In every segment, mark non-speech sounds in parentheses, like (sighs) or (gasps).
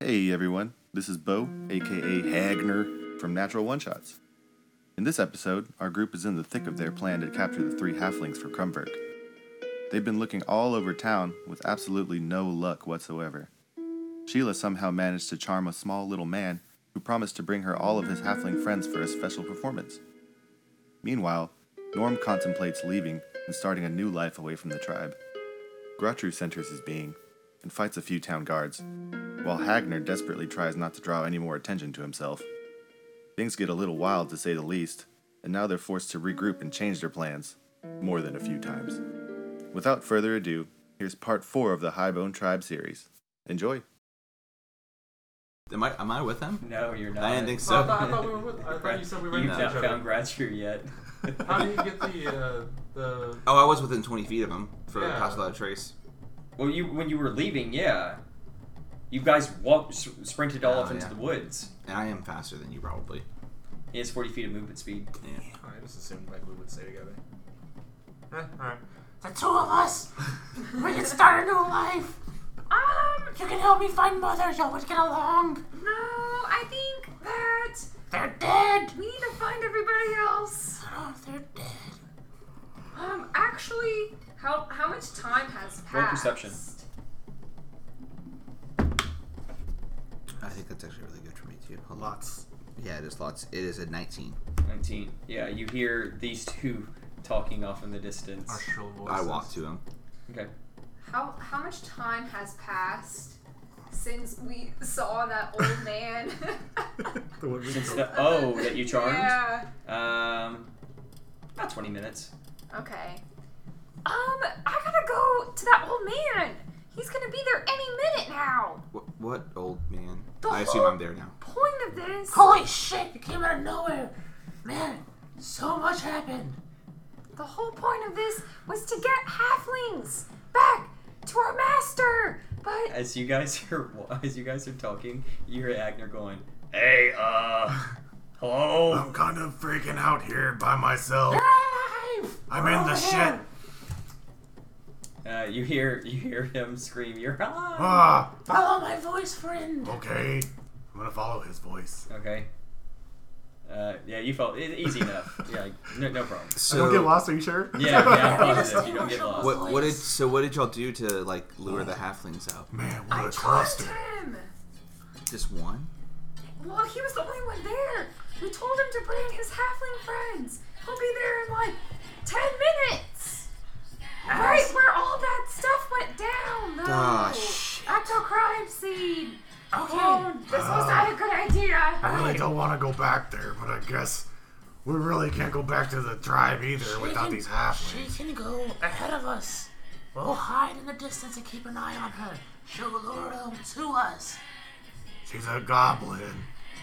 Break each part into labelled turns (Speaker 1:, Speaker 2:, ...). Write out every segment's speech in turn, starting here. Speaker 1: Hey everyone, this is Bo, aka Hagner, from Natural One Shots. In this episode, our group is in the thick of their plan to capture the three halflings for Krumberg. They've been looking all over town with absolutely no luck whatsoever. Sheila somehow managed to charm a small little man who promised to bring her all of his halfling friends for a special performance. Meanwhile, Norm contemplates leaving and starting a new life away from the tribe. Grotru centers his being and fights a few town guards, while Hagner desperately tries not to draw any more attention to himself. Things get a little wild to say the least, and now they're forced to regroup and change their plans, more than a few times. Without further ado, here's part four of the Highbone Tribe series. Enjoy!
Speaker 2: Am I am I with him?
Speaker 3: No, you're not.
Speaker 2: I didn't think
Speaker 4: Oh, I thought, I
Speaker 2: so.
Speaker 4: thought
Speaker 3: (laughs)
Speaker 4: we were with. I thought you said we were
Speaker 3: You've
Speaker 4: next
Speaker 2: No.
Speaker 3: not
Speaker 4: to each
Speaker 3: found
Speaker 4: other.
Speaker 3: Grotru yet.
Speaker 4: How do you get the uh, the?
Speaker 2: Oh, I was within 20 feet of him for
Speaker 4: Yeah.
Speaker 2: Pass Without a Trace.
Speaker 3: well, you when you were leaving, yeah, you guys walked, s- sprinted all
Speaker 2: Oh,
Speaker 3: off into
Speaker 2: yeah.
Speaker 3: the woods.
Speaker 2: And I am faster than you, probably.
Speaker 3: He has 40 feet of movement speed.
Speaker 2: Yeah.
Speaker 4: I just assumed like we would stay together. Eh, all right. The two of us. we can start a new life.
Speaker 5: Um,
Speaker 4: You can help me find mother. You always get along.
Speaker 5: no, I think that
Speaker 4: They're dead.
Speaker 5: we need to find everybody else.
Speaker 4: Oh, they're dead.
Speaker 5: Um, actually, how how much time has passed?
Speaker 3: Roll perception.
Speaker 2: I think that's actually really good for me too. Hold on.
Speaker 4: Lots.
Speaker 2: Yeah, it is lots. It is a 19.
Speaker 3: 19. Yeah, you hear these two talking off in the distance.
Speaker 4: Our shrill voices.
Speaker 2: I walk to him.
Speaker 3: Okay.
Speaker 5: How how much time has passed since we saw that old man?
Speaker 4: The one we
Speaker 3: Since the oh that you charmed.
Speaker 5: Yeah.
Speaker 3: Um, about 20 minutes.
Speaker 5: Okay. Um, I gotta go to that old man. He's gonna be there any minute now.
Speaker 2: What, what old man?
Speaker 5: The
Speaker 2: I assume
Speaker 5: whole-
Speaker 2: I'm there now.
Speaker 5: Point of this.
Speaker 4: Holy shit! You came out of nowhere, man. So much happened.
Speaker 5: The whole point of this was to get halflings back to our master. But
Speaker 3: As you guys (laughs) are as you guys are talking, you hear Agner going, "Hey, uh, hello."
Speaker 6: I'm kind of freaking out here by myself. I'm in the shit.
Speaker 3: Uh, you hear you hear him scream, "You're alive!"
Speaker 6: Ah,
Speaker 4: Follow my voice, friend.
Speaker 6: okay. I'm gonna follow his voice.
Speaker 3: Okay. Uh, yeah, you felt it, easy enough. Yeah, no, no problem.
Speaker 6: I don't get lost. Are you sure?
Speaker 2: (laughs)
Speaker 3: Yeah, yeah, I
Speaker 4: (laughs)
Speaker 3: promise you, you don't get lost.
Speaker 2: What, what did so? What did y'all do to like lure the halflings out?
Speaker 6: Man, what a
Speaker 5: trust
Speaker 6: cluster.
Speaker 5: him.
Speaker 2: Just one?
Speaker 5: Well, he was the only one there. We told him to bring his halfling friends. He'll be there in like ten minutes. Right where all that stuff went down, though.
Speaker 2: Ah, shit.
Speaker 5: Acto crime scene. Okay. this was not a good idea.
Speaker 6: I really don't want to go back there, but I guess we really can't go back to the tribe either without these halflings.
Speaker 4: She can go ahead of us. We'll hide in the distance and keep an eye on her. She'll lure them to us.
Speaker 6: She's a goblin.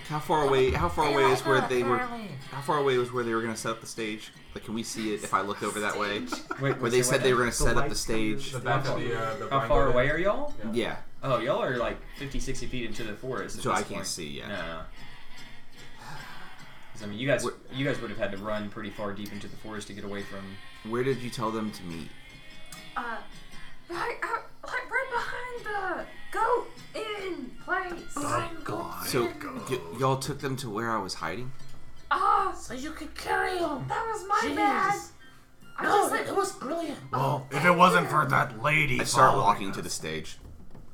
Speaker 2: How far away? How far away is where they were?
Speaker 4: Apparently.
Speaker 2: How far away was where they were gonna set up the stage? Like, can we see it if I look over that way?
Speaker 3: Wait,
Speaker 2: Where
Speaker 3: wait,
Speaker 2: they
Speaker 3: so
Speaker 2: said
Speaker 3: what-
Speaker 2: they were gonna set up the stage?
Speaker 4: back of the, uh, the
Speaker 3: How far away are y'all?
Speaker 2: Yeah.
Speaker 3: Oh, y'all are like 50, 60 feet into the forest. at
Speaker 2: So
Speaker 3: this
Speaker 2: I can't
Speaker 3: point.
Speaker 2: see yet.
Speaker 3: No.
Speaker 2: (sighs)
Speaker 3: no. 'Cause, I mean, you guys,
Speaker 2: We're-
Speaker 3: you guys would have had to run pretty far deep into the forest to get away from.
Speaker 2: Where did you tell them to meet?
Speaker 5: Uh, right out, like right behind the goat in
Speaker 4: Oh
Speaker 5: place.
Speaker 6: God.
Speaker 2: So y- y'all took them to where I was hiding?
Speaker 5: Ah,
Speaker 4: So you could carry them.
Speaker 5: that was my
Speaker 4: Jeez.
Speaker 5: bad. I
Speaker 4: No,
Speaker 5: just like
Speaker 4: it was brilliant.
Speaker 6: well, if it wasn't for that lady,
Speaker 2: I start
Speaker 6: following
Speaker 2: walking to
Speaker 6: us-
Speaker 2: the stage.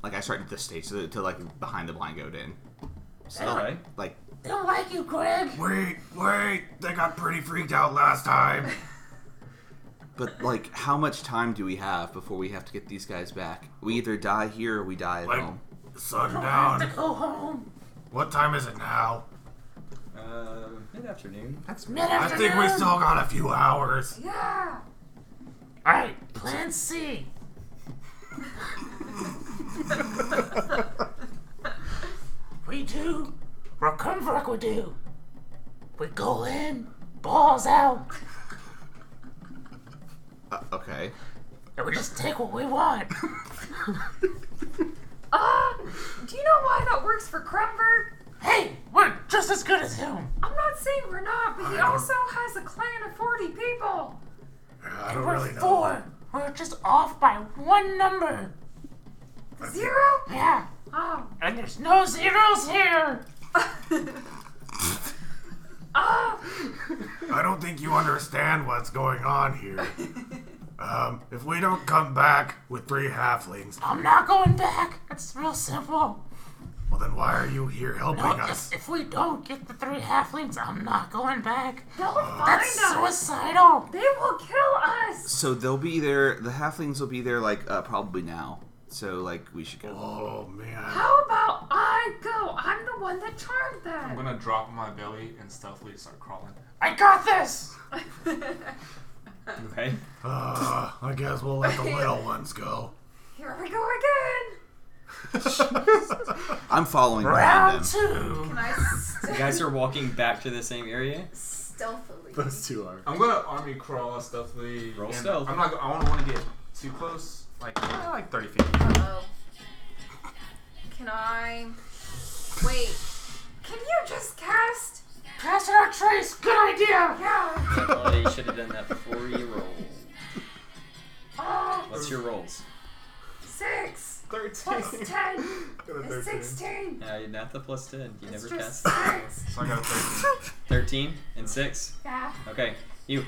Speaker 2: Like I start at the stage to, to like behind the blind goat in. So
Speaker 3: Okay.
Speaker 2: like
Speaker 4: They don't like you, Greg.
Speaker 6: Wait, wait! They got pretty freaked out last
Speaker 4: (laughs)
Speaker 6: time.
Speaker 2: but like how much time do we have before we have to get these guys back? We either die here or we die at
Speaker 6: Like
Speaker 2: home.
Speaker 4: To
Speaker 6: sundown.
Speaker 4: go home.
Speaker 6: What time is it now?
Speaker 3: Uh, mid afternoon.
Speaker 4: That's
Speaker 6: I
Speaker 4: mid-afternoon.
Speaker 6: think we still got a few hours.
Speaker 5: yeah.
Speaker 4: All right, plan C. (laughs) we do what Kumvrak would do. We go in, balls out,
Speaker 2: Uh, okay.
Speaker 4: and we just take what we want.
Speaker 5: Uh, do you know why that works for Krumberg?
Speaker 4: hey, (laughs) we're just as good as him.
Speaker 5: I'm not saying we're not, ah, but he
Speaker 6: I don't-
Speaker 5: also has a clan of 40 people.
Speaker 6: I don't
Speaker 4: We're
Speaker 6: really know.
Speaker 4: four. We're just off by one number.
Speaker 5: Zero?
Speaker 4: Yeah.
Speaker 5: Oh,
Speaker 4: And There's no zeros here.
Speaker 6: I don't think you understand what's going on here. Um, if we don't come back with three halflings,
Speaker 4: I'm not going back. It's real simple.
Speaker 6: well then why are you here helping us?
Speaker 4: If, if we don't get the three halflings, I'm not going back.
Speaker 5: They'll find
Speaker 4: That's
Speaker 5: us.
Speaker 4: suicidal.
Speaker 5: They will kill us.
Speaker 2: So they'll be there. The halflings will be there like uh, probably now. So like we should go.
Speaker 6: Oh man.
Speaker 5: How about I go? I'm the one that charmed
Speaker 4: I'm
Speaker 5: them.
Speaker 4: gonna drop on my belly and stealthily start crawling. (laughs)
Speaker 3: Okay.
Speaker 6: Uh, I guess we'll let the little ones go.
Speaker 5: Here we go again.
Speaker 3: (laughs)
Speaker 2: I'm following behind them.
Speaker 4: two.
Speaker 5: Can I
Speaker 3: You
Speaker 5: st-
Speaker 3: guys are walking back to the same area.
Speaker 5: stealthily?
Speaker 6: Those two are.
Speaker 4: I'm gonna army crawl stealthily.
Speaker 3: Roll
Speaker 4: and
Speaker 3: stealth.
Speaker 4: I'm not. go- I don't want to get too close. Like eh, like 30 feet.
Speaker 5: Oh. Can I? Wait. Can you just cast?
Speaker 4: Pass our trace. Good idea.
Speaker 5: Yeah.
Speaker 3: Oh, you should have done that before you roll.
Speaker 5: Oh,
Speaker 3: What's your rolls?
Speaker 5: six plus
Speaker 3: (laughs)
Speaker 4: 13.
Speaker 5: ten
Speaker 4: Got a
Speaker 5: is
Speaker 4: 13.
Speaker 5: sixteen.
Speaker 3: Uh, not the plus ten. You
Speaker 5: It's
Speaker 3: never
Speaker 5: just
Speaker 3: cast
Speaker 5: six.
Speaker 4: So I got a 13.
Speaker 5: (laughs)
Speaker 3: thirteen and six.
Speaker 5: Yeah.
Speaker 3: Okay, you.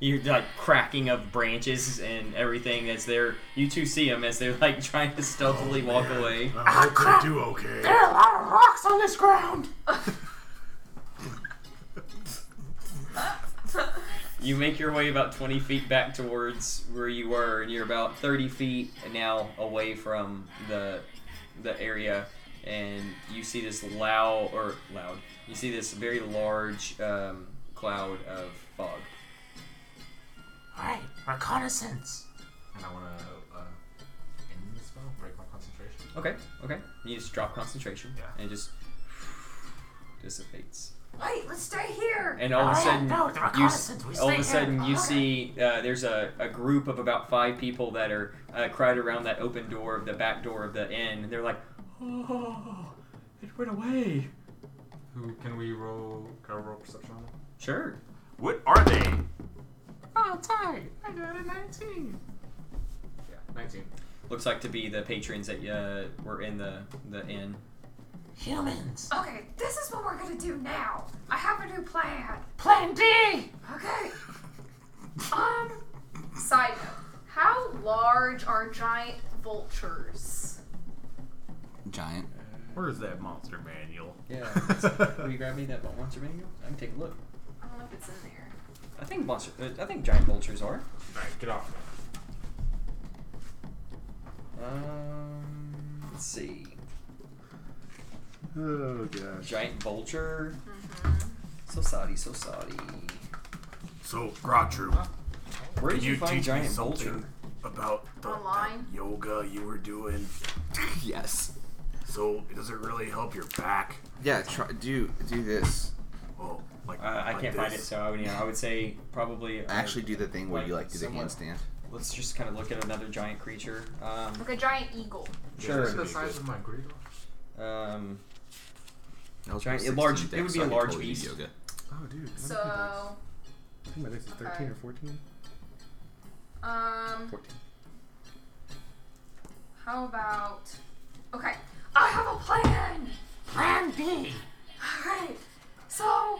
Speaker 3: You're like cracking of branches and everything as they're. You two see them as they're like trying to stealthily
Speaker 4: Oh,
Speaker 3: walk away.
Speaker 6: I hope they
Speaker 5: (laughs)
Speaker 6: do okay.
Speaker 4: There are a lot of rocks on this (laughs) ground.
Speaker 3: You make your way about 20 feet back towards where you were, and you're about 30 feet now away from the the area, and you see this loud or loud. You see this very large um, cloud of fog.
Speaker 4: Alright, reconnaissance. And I want to uh, end the spell, break my concentration.
Speaker 3: Okay, okay. You just drop concentration,
Speaker 4: Yeah.
Speaker 3: and it just (sighs) dissipates.
Speaker 5: Wait, let's stay here.
Speaker 3: And all of a
Speaker 4: Oh, yeah,
Speaker 3: sudden,
Speaker 4: no, the
Speaker 3: you, s-
Speaker 4: reconnaissance, we
Speaker 3: all of a
Speaker 4: stay here.
Speaker 3: sudden you see uh, there's a, a group of about five people that are uh, crowded around that open door of the back door of the inn, and they're like, "Oh, (gasps) it went away."
Speaker 4: Who can we roll? Can I roll perception on them?
Speaker 3: Sure.
Speaker 4: What are they? Oh, tight. I got a 19. Yeah, 19.
Speaker 3: Looks like to be the patrons that uh, were in the the inn.
Speaker 4: Humans.
Speaker 5: Okay, this is what we're gonna do now. I have a new plan.
Speaker 4: Plan D.
Speaker 5: Okay. Um. Side note: How large are giant vultures?
Speaker 2: Giant.
Speaker 7: Where's that monster manual?
Speaker 3: Yeah. Will you grab me that monster manual? I can take a look.
Speaker 5: I don't know if it's in there.
Speaker 3: I think monster. uh, I think giant vultures are.
Speaker 4: Alright, get off.
Speaker 3: Um, let's see.
Speaker 1: Oh gosh.
Speaker 3: Giant vulture. So sorry. So sorry.
Speaker 6: So, Grotru,
Speaker 3: Where did
Speaker 6: you
Speaker 3: you,
Speaker 6: teach
Speaker 3: find
Speaker 6: me
Speaker 3: giant
Speaker 6: something?
Speaker 3: vulture?
Speaker 6: about the that
Speaker 5: Online?
Speaker 6: yoga you were
Speaker 4: (laughs)
Speaker 6: doing,
Speaker 2: Yes.
Speaker 6: so does it really help your
Speaker 4: (laughs)
Speaker 6: back?
Speaker 2: Yeah. Try, do do this.
Speaker 6: Oh, like
Speaker 3: Uh, I
Speaker 6: like
Speaker 3: can't find it,
Speaker 6: this?
Speaker 3: so I would, yeah, I would say probably. Uh,
Speaker 2: Actually, do the thing where you like do the
Speaker 3: Somewhat.
Speaker 2: handstand.
Speaker 3: let's just kind of look at another giant creature. Um,
Speaker 5: Like a giant eagle.
Speaker 3: sure.
Speaker 4: the size of my Greedo?
Speaker 3: Um,
Speaker 2: That was
Speaker 3: Giant-
Speaker 2: my
Speaker 3: a large-
Speaker 2: 16
Speaker 3: it would
Speaker 2: dex,
Speaker 3: be
Speaker 2: so
Speaker 3: a
Speaker 2: I could
Speaker 3: large
Speaker 2: totally do
Speaker 3: beast.
Speaker 2: Yoga.
Speaker 7: Oh, dude. I
Speaker 5: So,
Speaker 7: think my next is
Speaker 5: 13 or
Speaker 7: 14.
Speaker 5: um,
Speaker 7: 14.
Speaker 5: how about? Okay, I have a plan.
Speaker 4: Plan B.
Speaker 5: All right. So,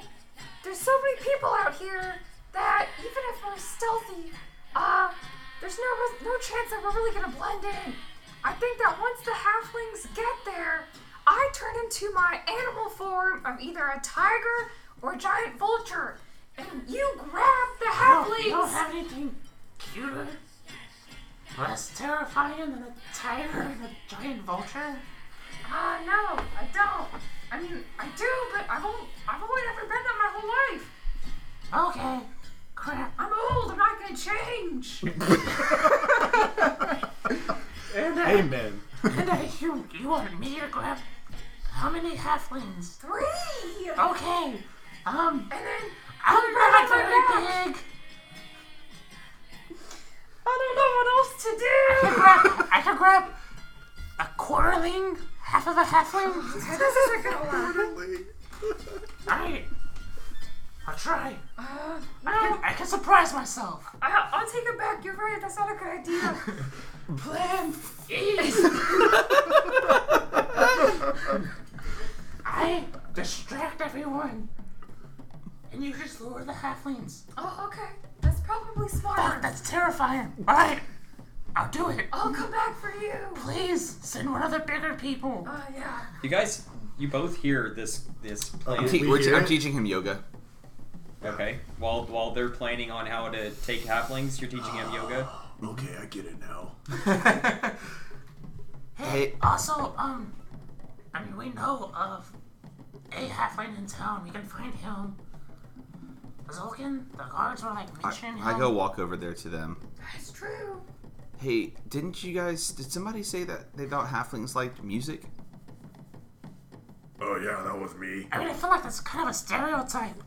Speaker 5: there's so many people out here that even if we're stealthy, uh, there's no res- no chance that we're really gonna blend in. I think that once the halflings get there, I turn into my animal form of either a tiger or a giant vulture, and you grab the
Speaker 4: No, you don't
Speaker 5: halflings.
Speaker 4: have anything cuter, less terrifying than a tiger and a giant vulture?
Speaker 5: Uh, no, I don't. I mean, I do, but I've only, I've only ever been that my whole life.
Speaker 4: Okay. Crap.
Speaker 5: I'm old. I'm not gonna change.
Speaker 4: And a,
Speaker 7: Amen.
Speaker 4: and a human. You wanted me to grab how many halflings?
Speaker 5: Three.
Speaker 4: Okay. Um,
Speaker 5: And then
Speaker 4: I'm
Speaker 5: right on Oh
Speaker 4: not
Speaker 5: my
Speaker 4: very big.
Speaker 5: I don't know what else to do.
Speaker 4: Grab- I can grab a quarterling, half of a halfling.
Speaker 5: Okay, (laughs) this isn't gonna work.
Speaker 4: Alright. I'll try.
Speaker 5: Uh,
Speaker 4: I can, I can surprise myself.
Speaker 5: (laughs) I, I'll take it back. You're right. That's not a good idea.
Speaker 4: Plan E.
Speaker 6: Oh,
Speaker 4: halflings.
Speaker 5: Oh, okay. That's probably
Speaker 4: Fuck,
Speaker 5: smart.
Speaker 4: that's terrifying. All right, I'll do it.
Speaker 5: I'll come back for you.
Speaker 4: Please send one of the bigger people.
Speaker 5: Oh, yeah.
Speaker 3: You guys, you both hear this this
Speaker 2: I'm,
Speaker 3: plan.
Speaker 2: te-
Speaker 6: Oh, we
Speaker 2: we're
Speaker 6: hear
Speaker 2: I'm
Speaker 6: it?
Speaker 2: teaching him yoga.
Speaker 3: Okay. While while they're planning on how to take halflings, you're teaching him yoga.
Speaker 6: (gasps) Okay, I get
Speaker 3: (laughs)
Speaker 6: it now.
Speaker 2: Hey,
Speaker 4: Also, um, I mean, we know of a halfling in town. We can find him. Zulkin, the guards were like mentioning him.
Speaker 2: I go walk over there to them.
Speaker 5: That's true.
Speaker 2: Hey, didn't you guys? Did somebody say that they thought halflings liked music?
Speaker 6: Oh yeah, that was me.
Speaker 4: I mean, I feel like that's kind of a stereotype.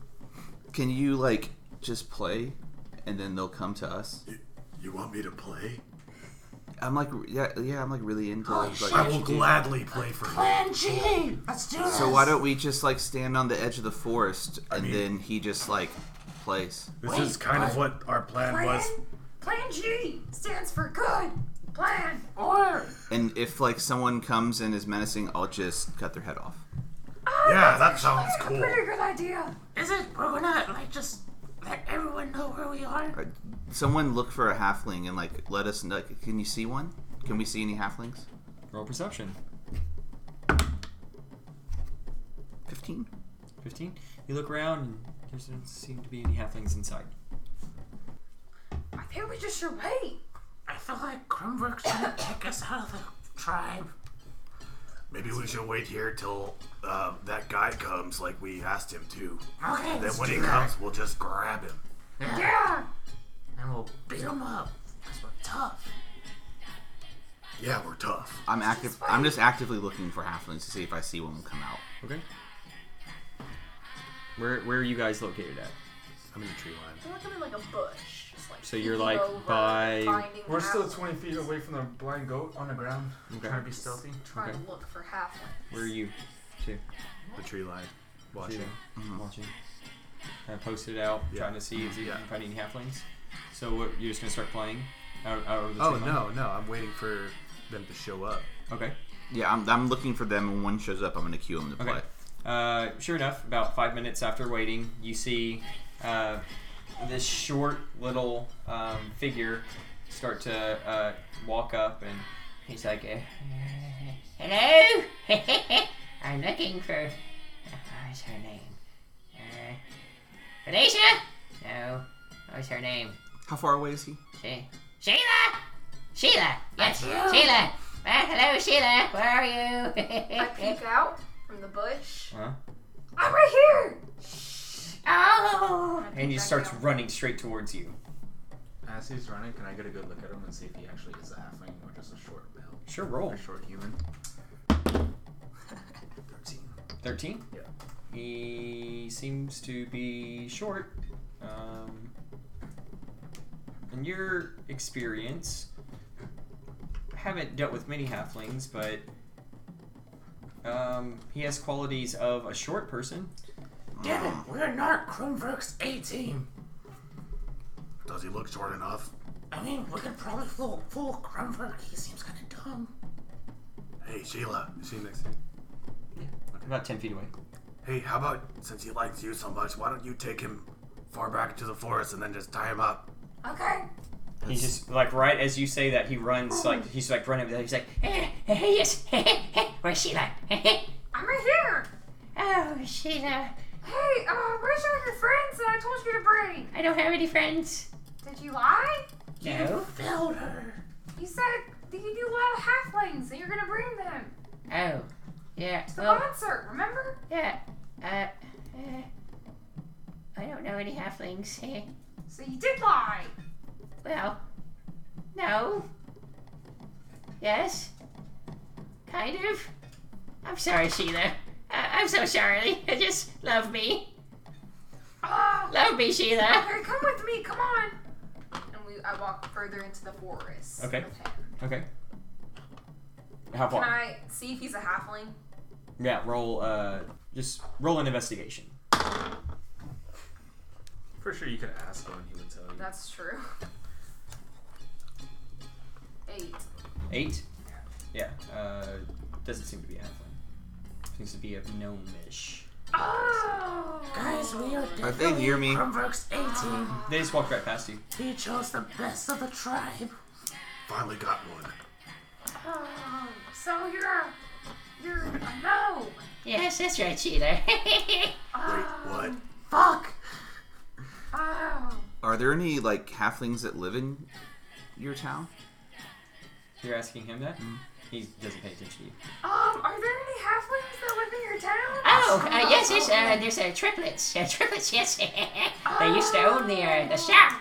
Speaker 2: Can you like just play, and then they'll come to us?
Speaker 6: You, you want me to play?
Speaker 2: I'm like, yeah, yeah. I'm like really into
Speaker 4: Oh,
Speaker 2: like.
Speaker 4: shit.
Speaker 6: I
Speaker 2: what
Speaker 6: will
Speaker 2: you do.
Speaker 6: gladly play for you.
Speaker 4: Plan G! Let's do this!
Speaker 2: So why don't we just like stand on the edge of the forest, and
Speaker 6: mean-
Speaker 2: then he just like plays.
Speaker 6: This
Speaker 4: Wait,
Speaker 6: is kind of what our plan
Speaker 5: Plan.
Speaker 6: was.
Speaker 5: Plan G stands for good. Plan.
Speaker 4: Or,
Speaker 2: And if like someone comes and is menacing, I'll just cut their head off.
Speaker 5: Oh,
Speaker 6: Yeah, that
Speaker 5: that's
Speaker 6: sounds
Speaker 5: actually
Speaker 6: cool.
Speaker 5: a Pretty good idea.
Speaker 4: is it we're gonna, like, just let everyone know where we are?
Speaker 2: Right. Someone look for a halfling and like let us know. Can you see one? Can we see any halflings?
Speaker 3: Roll perception.
Speaker 2: Fifteen.
Speaker 3: Fifteen. You look around and there doesn't seem to be any halflings inside.
Speaker 5: I think we just should wait.
Speaker 4: I feel like Grimberg's gonna kick us out of the tribe.
Speaker 6: Maybe we should wait here till uh, that guy comes, like we asked him to.
Speaker 4: Okay,
Speaker 6: Then
Speaker 4: let's
Speaker 6: when
Speaker 4: do
Speaker 6: he
Speaker 4: that.
Speaker 6: comes, we'll just grab him.
Speaker 5: Yeah.
Speaker 4: And we'll beat him up. Because we're tough.
Speaker 6: Yeah, we're tough.
Speaker 2: I'm active. I'm just actively looking for halflings to see if I see one come out.
Speaker 3: Okay. Where where are you guys located at? I'm in the tree line.
Speaker 5: We're looking in like a bush. Just like
Speaker 3: So you're,
Speaker 5: peeking
Speaker 3: like,
Speaker 5: over,
Speaker 3: by-
Speaker 5: finding
Speaker 8: We're still
Speaker 5: half-
Speaker 8: 20 feet away from the blind goat on the ground.
Speaker 3: Okay.
Speaker 8: Trying to be stealthy.
Speaker 5: trying
Speaker 3: okay.
Speaker 5: to look for halflings.
Speaker 3: Where are you? Two.
Speaker 7: The tree line.
Speaker 3: Two.
Speaker 7: Watching. Mm-hmm.
Speaker 3: Watching. Kind of posted it out,
Speaker 7: Yeah.
Speaker 3: trying to see if you
Speaker 7: Yeah.
Speaker 3: can find any halflings. So what, you're just gonna start playing out, out of the
Speaker 7: Oh
Speaker 3: tree line?
Speaker 7: no, no, I'm waiting for them to show up.
Speaker 3: Okay.
Speaker 2: Yeah, I'm, I'm looking for them. When one shows up, I'm gonna cue him to play.
Speaker 3: Okay. Uh, sure enough, about five minutes after waiting, you see uh, this short little um, figure start to uh, walk up, and he's like, eh,
Speaker 9: Hello? (laughs) I'm looking for. What was her name? Uh, Felicia? No. What was her name?
Speaker 2: How far away is he?
Speaker 9: She. Sheila? Sheila! Yes, Sheila! Ah, hello, Sheila! Where are
Speaker 5: I
Speaker 9: you?
Speaker 5: peek out from the bush.
Speaker 3: huh?
Speaker 5: I'm right here.
Speaker 9: oh!
Speaker 5: I peek
Speaker 3: And he
Speaker 5: back
Speaker 3: starts
Speaker 5: out.
Speaker 3: running straight towards you.
Speaker 8: As he's running, can I get a good look at him and see if he actually is a halfling or just a short male?
Speaker 3: Sure, roll.
Speaker 8: A short human? 13.
Speaker 3: 13?
Speaker 8: Yeah.
Speaker 3: He seems to be short. Um, in your experience, haven't dealt with many halflings, but um, he has qualities of a short person.
Speaker 4: Damn
Speaker 3: Mm.
Speaker 4: it, we're not Kronberg's A team.
Speaker 6: Does he look short enough?
Speaker 4: I mean, we can probably fool, fool Kronberg. He seems kind of dumb.
Speaker 6: Hey, Sheila.
Speaker 7: Is she next to me?
Speaker 3: About 10 feet away.
Speaker 6: Hey, how about since he likes you so much, why don't you take him far back to the forest and then just tie him up?
Speaker 5: Okay.
Speaker 3: He's just like right as you say that he runs like he's like running. He's like, (laughs)
Speaker 9: Eh, eh, (laughs) yes. Where's Sheila?
Speaker 5: I'm right here.
Speaker 9: oh, Sheila.
Speaker 5: Hey, uh, where's all your friends that I told you to bring?
Speaker 9: I don't have any friends.
Speaker 5: Did you lie?
Speaker 9: No.
Speaker 4: Failed her.
Speaker 5: You said that you knew a lot of halflings and you're gonna bring them
Speaker 9: Oh. Yeah.
Speaker 5: to the
Speaker 9: Well,
Speaker 5: concert, remember?
Speaker 9: Oh. yeah. Uh, uh, I don't know any halflings. Eh.
Speaker 5: So you did lie.
Speaker 9: Well, no. Yes. Kind of. I'm sorry, Sheila. I- I'm so sorry. Just love me.
Speaker 5: Ah.
Speaker 9: Love me, Sheila.
Speaker 5: Okay, come with me. Come on. And we, I walk further into the forest.
Speaker 3: Okay.
Speaker 5: with him.
Speaker 3: okay. How
Speaker 5: Can
Speaker 3: far?
Speaker 5: I see if he's a halfling?
Speaker 3: Yeah, roll. Uh, just roll an investigation.
Speaker 8: Pretty sure you could ask him and he would tell you.
Speaker 5: That's true. Eight.
Speaker 3: Eight? Yeah. Uh, doesn't seem to be a halfling. Seems to be a gnomish.
Speaker 4: Oh!
Speaker 5: Guys, we are
Speaker 2: Are they near me?
Speaker 4: Brooks 18.
Speaker 3: They just walked right past you.
Speaker 4: He chose the best of the tribe.
Speaker 6: Finally got one.
Speaker 5: Oh, so you're a, you're a no. Uh,
Speaker 9: Yes, that's
Speaker 5: (laughs)
Speaker 9: right, cheater.
Speaker 6: Wait, what?
Speaker 4: Fuck!
Speaker 5: Oh,
Speaker 2: Are there any like halflings that live in your town? Mm-hmm.
Speaker 3: You're asking him that? He doesn't pay attention to you.
Speaker 5: um, are there any halflings that live in your town?
Speaker 9: oh, uh, yes, yes, uh, there's uh, triplets. Uh,
Speaker 4: (laughs)
Speaker 9: triplets, yes. they used to own the, uh, the shop.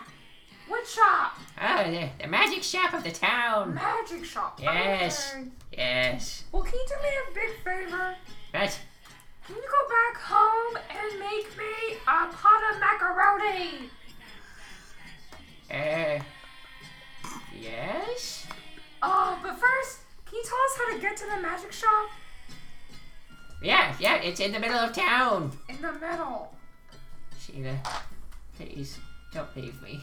Speaker 5: What shop?
Speaker 9: Oh, the, the magic shop of the town.
Speaker 5: Magic shop.
Speaker 9: Yes.
Speaker 5: Okay.
Speaker 9: Yes.
Speaker 5: Well, can you do me a big favor?
Speaker 9: But,
Speaker 5: Can you go back home and make me a pot of macaroni?
Speaker 9: uh, yes?
Speaker 5: Oh, but first, can you tell us how to get to the magic shop
Speaker 9: Yeah, yeah, it's in the middle of town.
Speaker 5: in the middle?
Speaker 9: Sheila, please don't leave me.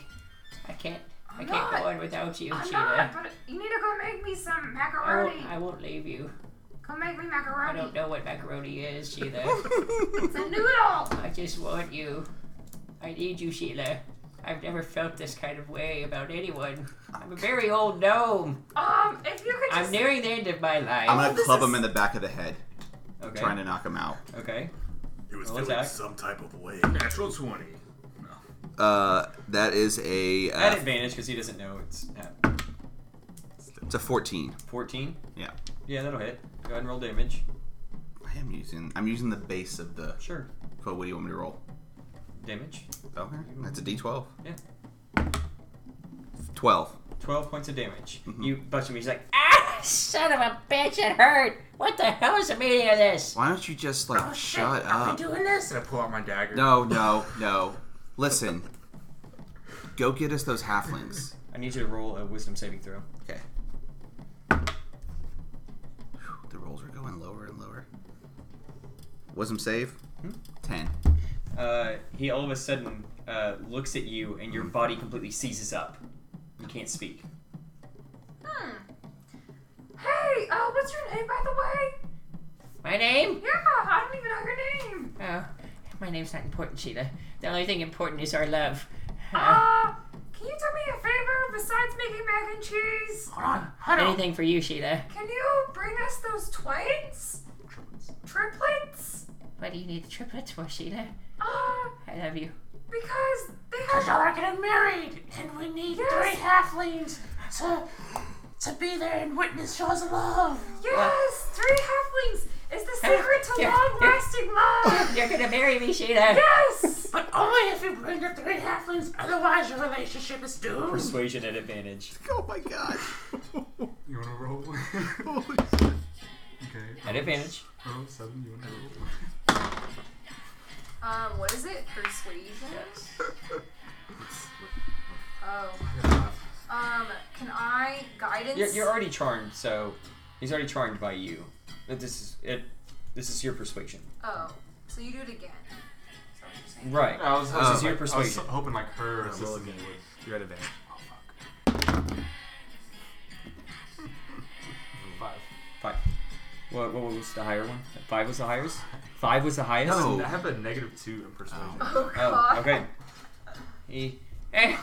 Speaker 9: I can't. I
Speaker 5: I'm
Speaker 9: can't
Speaker 5: not.
Speaker 9: go on without you,
Speaker 5: I'm
Speaker 9: Sheila.
Speaker 5: not, but you need to go make me some
Speaker 9: I
Speaker 5: macaroni.
Speaker 9: won't, I won't leave you.
Speaker 5: Go make me
Speaker 9: I
Speaker 5: macaroni.
Speaker 9: don't know what macaroni
Speaker 5: (laughs)
Speaker 9: is, Sheila.
Speaker 5: It's a noodle.
Speaker 9: I just want you. I need you, Sheila. I've never felt this kind of way about anyone. I'm a very old gnome.
Speaker 5: Um, if you could
Speaker 9: I'm
Speaker 5: just.
Speaker 9: nearing the end of my life.
Speaker 2: I'm gonna
Speaker 5: this
Speaker 2: club
Speaker 5: is-
Speaker 2: him in the back of the head,
Speaker 3: Okay.
Speaker 2: trying to knock him out.
Speaker 3: Okay.
Speaker 6: He was
Speaker 3: Roll
Speaker 6: feeling
Speaker 3: attack.
Speaker 6: some type of way.
Speaker 7: Natural 20.
Speaker 2: Uh, that is a
Speaker 3: At
Speaker 2: uh,
Speaker 3: advantage because he doesn't know it's
Speaker 2: it's a 14.
Speaker 3: 14.
Speaker 2: Yeah,
Speaker 3: Yeah, that'll hit. Go ahead and roll damage.
Speaker 2: I am using I'm using the base of the.
Speaker 3: Sure.
Speaker 2: But what do you want me to roll?
Speaker 3: Damage.
Speaker 2: Okay, that's a D12.
Speaker 3: Yeah.
Speaker 2: 12.
Speaker 3: 12 points of damage.
Speaker 2: Mm-hmm.
Speaker 3: You punch him. He's like,
Speaker 9: Ah, son of a bitch, it hurt. What the hell is the meaning of this?
Speaker 2: Why don't you just like shut
Speaker 4: Are
Speaker 2: up?
Speaker 4: we doing this?
Speaker 7: I pull out my dagger.
Speaker 2: No, no, no. Listen. Go get us those halflings.
Speaker 3: I need you to roll a wisdom saving throw.
Speaker 2: Okay. The rolls are going lower and lower. Wasn't save?
Speaker 3: Hmm?
Speaker 2: Ten.
Speaker 3: Uh, he all of a sudden uh, looks at you, and
Speaker 2: Mm-hmm.
Speaker 3: your body completely seizes up. You can't speak.
Speaker 5: Hmm. Hey, uh, what's your name, by the way?
Speaker 9: My name?
Speaker 5: Yeah, I don't even know your name.
Speaker 9: Oh, my name's not important, Sheila. The only thing important is our love. Uh,
Speaker 5: Uh, can you do me a favor besides making mac and cheese?
Speaker 4: Hold on. Hold on.
Speaker 9: anything for you, Sheila.
Speaker 5: Can you bring us those twins? Triplets?
Speaker 9: What do you need the triplets for, Sheila?
Speaker 5: Uh,
Speaker 9: I love you.
Speaker 5: because they
Speaker 4: Because y'all
Speaker 5: have.
Speaker 4: are getting married, and we need three halflings to to be there and witness y'all's love.
Speaker 5: Yes, three halflings is the
Speaker 9: Hey,
Speaker 5: secret to
Speaker 9: here,
Speaker 5: long lasting love.
Speaker 9: You're gonna marry me, Sheila.
Speaker 5: Yes!
Speaker 4: (laughs) But only if you bring the three halflings, otherwise your relationship is doomed.
Speaker 3: Persuasion at advantage.
Speaker 2: Oh my god.
Speaker 7: You wanna
Speaker 8: (laughs)
Speaker 7: roll?
Speaker 6: Holy shit.
Speaker 7: okay.
Speaker 3: At advantage.
Speaker 7: Oh, seven. You wanna roll?
Speaker 5: Um, what is it? Persuasion? Oh. Um, can I guidance?
Speaker 3: You're, you're already charmed, so he's already charmed by you. But this is it. This is your persuasion.
Speaker 5: Oh, so you do it again. Is that what you're saying?
Speaker 3: Right.
Speaker 7: I was, I
Speaker 2: Uh,
Speaker 7: was,
Speaker 3: your
Speaker 7: like, I
Speaker 3: persuasion.
Speaker 7: was hoping like her
Speaker 6: roll
Speaker 7: assistant would.
Speaker 6: again.
Speaker 7: You're at advantage.
Speaker 6: Oh, fuck.
Speaker 7: Five.
Speaker 3: Five. What, what was the higher one? Five was the highest. Five was the highest.
Speaker 2: No.
Speaker 7: I have a negative two in persuasion.
Speaker 5: Oh,
Speaker 3: Oh,
Speaker 5: God.
Speaker 3: okay. He.
Speaker 9: Eh,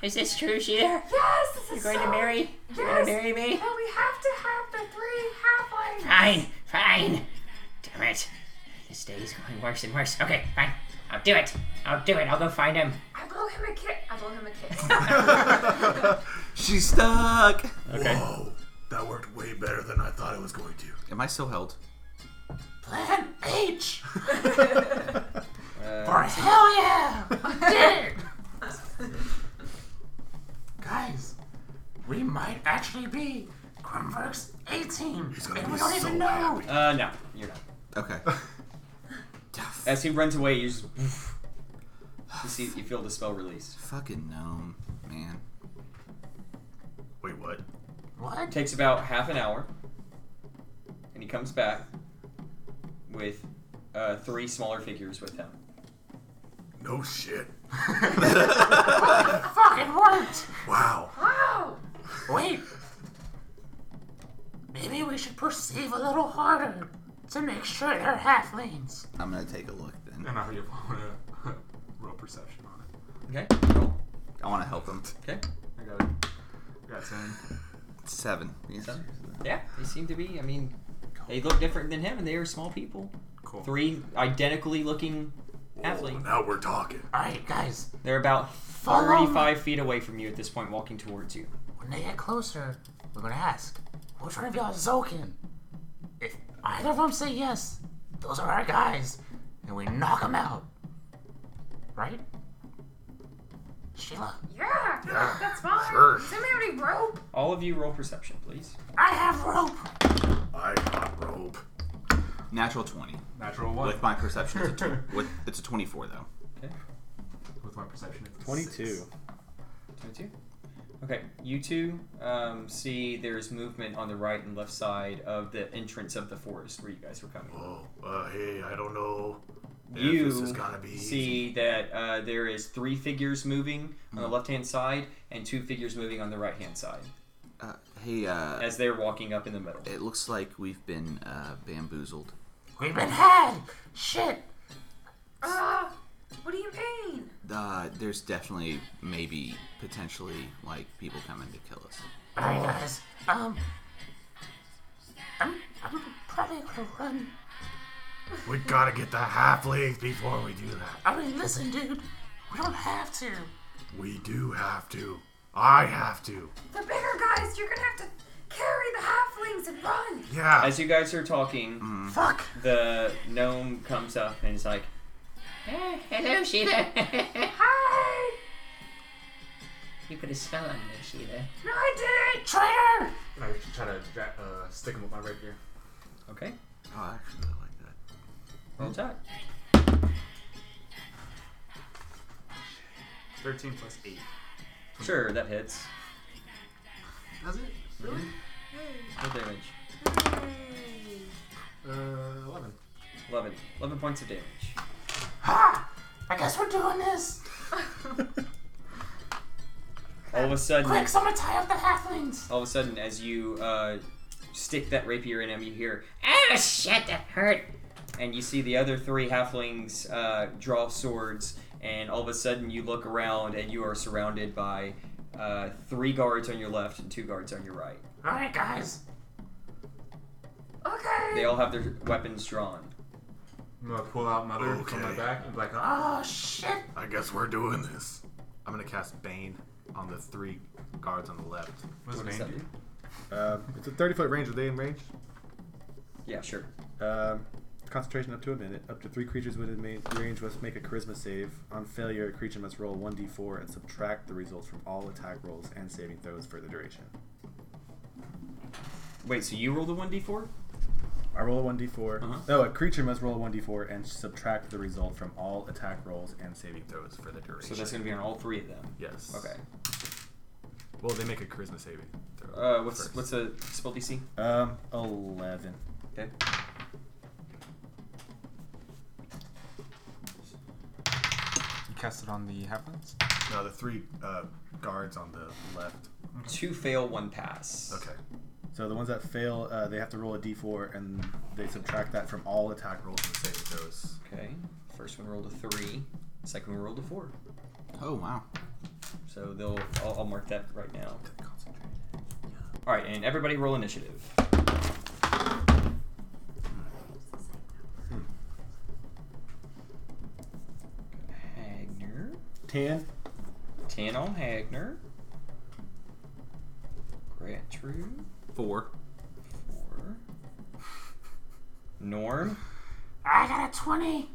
Speaker 9: is this true, Sheila?
Speaker 5: Yes, this is
Speaker 9: You're going to
Speaker 5: so-
Speaker 9: marry? You're gonna
Speaker 5: Yes.
Speaker 9: marry me?
Speaker 5: And we have to have the three halflings.
Speaker 9: Fine, fine. Damn it. This day is going worse and worse. Okay, fine. I'll do it. I'll do it. I'll go find him.
Speaker 5: I blow him a kiss. I blow him a kiss.
Speaker 2: She's stuck.
Speaker 3: Okay.
Speaker 6: Whoa. That worked way better than I thought it was going to.
Speaker 2: Am I still held?
Speaker 4: Plan H. (laughs)
Speaker 3: Uh,
Speaker 4: Hell yeah! I did it! Guys, we might actually be Grimverk's A team.
Speaker 6: He's gonna
Speaker 4: And
Speaker 6: be
Speaker 4: we don't
Speaker 6: so
Speaker 4: even know.
Speaker 6: happy.
Speaker 3: uh, no, you're not.
Speaker 7: (laughs)
Speaker 2: Okay.
Speaker 3: As he runs away, you just. You see, you feel the spell release.
Speaker 2: Fucking gnome, man.
Speaker 6: Wait, what?
Speaker 4: What?
Speaker 3: takes about half an hour, and he comes back with uh, three smaller figures with him.
Speaker 6: No
Speaker 4: (laughs)
Speaker 6: shit.
Speaker 4: Fucking worked!
Speaker 6: Wow.
Speaker 5: wow.
Speaker 4: Wait. Maybe we should perceive a little harder to make sure they're halflings.
Speaker 2: I'm gonna take a look then.
Speaker 7: And I want to roll perception on it.
Speaker 3: Okay.
Speaker 2: I want to help him.
Speaker 3: Okay.
Speaker 7: I got it. I got 10.
Speaker 2: Seven. Yeah.
Speaker 3: Yeah, they seem to be. I mean, they look different than him, and they are small people.
Speaker 7: Cool.
Speaker 3: Three identically looking halflings.
Speaker 6: Now we're talking.
Speaker 4: Alright, guys,
Speaker 3: They're about
Speaker 4: Follow me.
Speaker 3: 35 feet away from you at this point, walking towards you.
Speaker 4: when they get closer, we're gonna ask, which one of y'all is Zolkin? If either of them say yes, those are our guys, and we knock them out. Right? Sheila,
Speaker 5: Yeah, that's fine.
Speaker 6: sure.
Speaker 5: Somebody have any rope?
Speaker 3: All of you roll perception, please.
Speaker 4: I have rope!
Speaker 6: I got rope.
Speaker 2: Natural twenty.
Speaker 7: Natural 1.
Speaker 2: With my perception, it's a
Speaker 7: (laughs)
Speaker 2: tw- with, it's a twenty-four though.
Speaker 7: With my perception, it's a
Speaker 1: 22.
Speaker 7: six.
Speaker 3: 22. Okay, you two um, see there's movement on the right and left side of the entrance of the forest where you guys were coming.
Speaker 6: Oh, uh, hey, I don't know. if
Speaker 3: you
Speaker 6: this is gonna be
Speaker 3: see that uh, there is three figures moving on the
Speaker 6: Hmm.
Speaker 3: left hand side and two figures moving on the right hand side
Speaker 2: Uh, hey, uh,
Speaker 3: as they're walking up in the middle.
Speaker 2: it looks like we've been uh, bamboozled. Uh,
Speaker 4: We've been had! Shit!
Speaker 5: Uh, what do you mean?
Speaker 2: Uh, there's definitely, maybe, potentially, like people coming to kill us.
Speaker 4: Alright, guys, um. I'm, I'm probably gonna run.
Speaker 6: We gotta get the halflings before we do that.
Speaker 4: I mean, listen, dude, we don't have to.
Speaker 6: We do have to. I have to.
Speaker 5: The bigger guys, you're gonna have to carry the halflings and run.
Speaker 6: Yeah. Hmm.
Speaker 3: As you guys are talking,
Speaker 4: Fuck!
Speaker 3: the gnome comes up and is like,
Speaker 9: Oh, hello, Sheila. (laughs)
Speaker 5: Hi!
Speaker 9: you put a spell on me, Sheila.
Speaker 5: No, I didn't.
Speaker 4: Traitor!
Speaker 7: And I try to dra- uh, stick him with my rapier.
Speaker 3: okay,
Speaker 2: Oh, I actually really like that.
Speaker 3: roll attack.
Speaker 7: 13 plus 8.
Speaker 3: Sure, that hits.
Speaker 7: Does it? Really?
Speaker 3: What damage?
Speaker 7: Uh, 11.
Speaker 3: 11. 11 points of damage.
Speaker 4: Ha! I guess we're doing this!
Speaker 3: (laughs) All of a sudden,
Speaker 4: Quick, someone tie up the halflings!
Speaker 3: all of a sudden, as you uh, stick that rapier in him, you hear,
Speaker 9: Oh, shit, that hurt.
Speaker 3: and you see the other three halflings uh, draw swords, and all of a sudden you look around and you are surrounded by uh, three guards on your left and two guards on your right.
Speaker 4: Alright, guys,
Speaker 5: Okay.
Speaker 3: They all have their weapons drawn.
Speaker 7: I'm gonna pull out Mother from my
Speaker 6: Okay.
Speaker 7: back and be like, ah!
Speaker 4: Oh shit!
Speaker 6: I guess we're doing this.
Speaker 10: I'm gonna cast Bane on the three guards on the left.
Speaker 7: What's
Speaker 3: What does that do?
Speaker 10: Uh, it's a 30 foot range. Are they in range?
Speaker 3: Yeah, sure.
Speaker 10: Um, concentration up to a minute. Up to three creatures within ma- range must make a Charisma save. On failure, a creature must roll 1d4 and subtract the results from all attack rolls and saving throws for the duration.
Speaker 3: Wait, so you rolled a 1d4?
Speaker 10: I roll a 1d4.
Speaker 3: Uh-huh.
Speaker 10: No, a creature must roll a 1d4 and subtract the result from all attack rolls and saving throws for the duration.
Speaker 3: So that's going to be on all three of them.
Speaker 10: yes.
Speaker 3: Okay.
Speaker 10: Well, they make a Charisma saving. Throw
Speaker 3: Uh, what's
Speaker 10: first.
Speaker 3: what's a spell DC?
Speaker 10: um 11?
Speaker 3: Okay.
Speaker 10: You cast it on the halflings.
Speaker 6: No, the three uh, guards on the left.
Speaker 3: Two fail, one pass.
Speaker 6: Okay.
Speaker 10: So the ones that fail, uh, they have to roll a d4, and they subtract that from all attack rolls and saving throws.
Speaker 3: Okay. First one rolled a three. Second one rolled a four.
Speaker 2: Oh wow.
Speaker 3: So they'll. I'll, I'll mark that right now. All right, and everybody roll initiative.
Speaker 6: Hmm.
Speaker 3: Hagner.
Speaker 10: Ten.
Speaker 3: Ten on Hagner. Gertrude.
Speaker 2: Four.
Speaker 3: Four. Norm.
Speaker 4: I got a 20!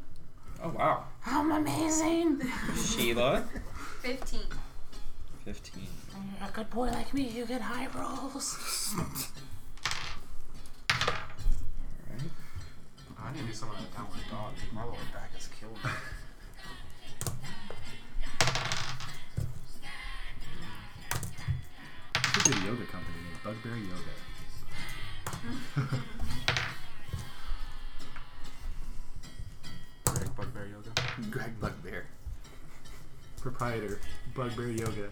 Speaker 3: Oh wow.
Speaker 4: I'm amazing!
Speaker 3: Sheila.
Speaker 5: Fifteen.
Speaker 3: Fifteen.
Speaker 4: A good boy like me, you get high rolls.
Speaker 3: All right.
Speaker 7: I need to do something on the downward dog. dude. My lower back is killing me.
Speaker 10: It's a good yoga company named Bugberry Yoga.
Speaker 7: Greg Bugbear Yoga.
Speaker 2: Greg Bugbear.
Speaker 10: Proprietor,
Speaker 7: (laughs)
Speaker 10: Bugberry Yoga.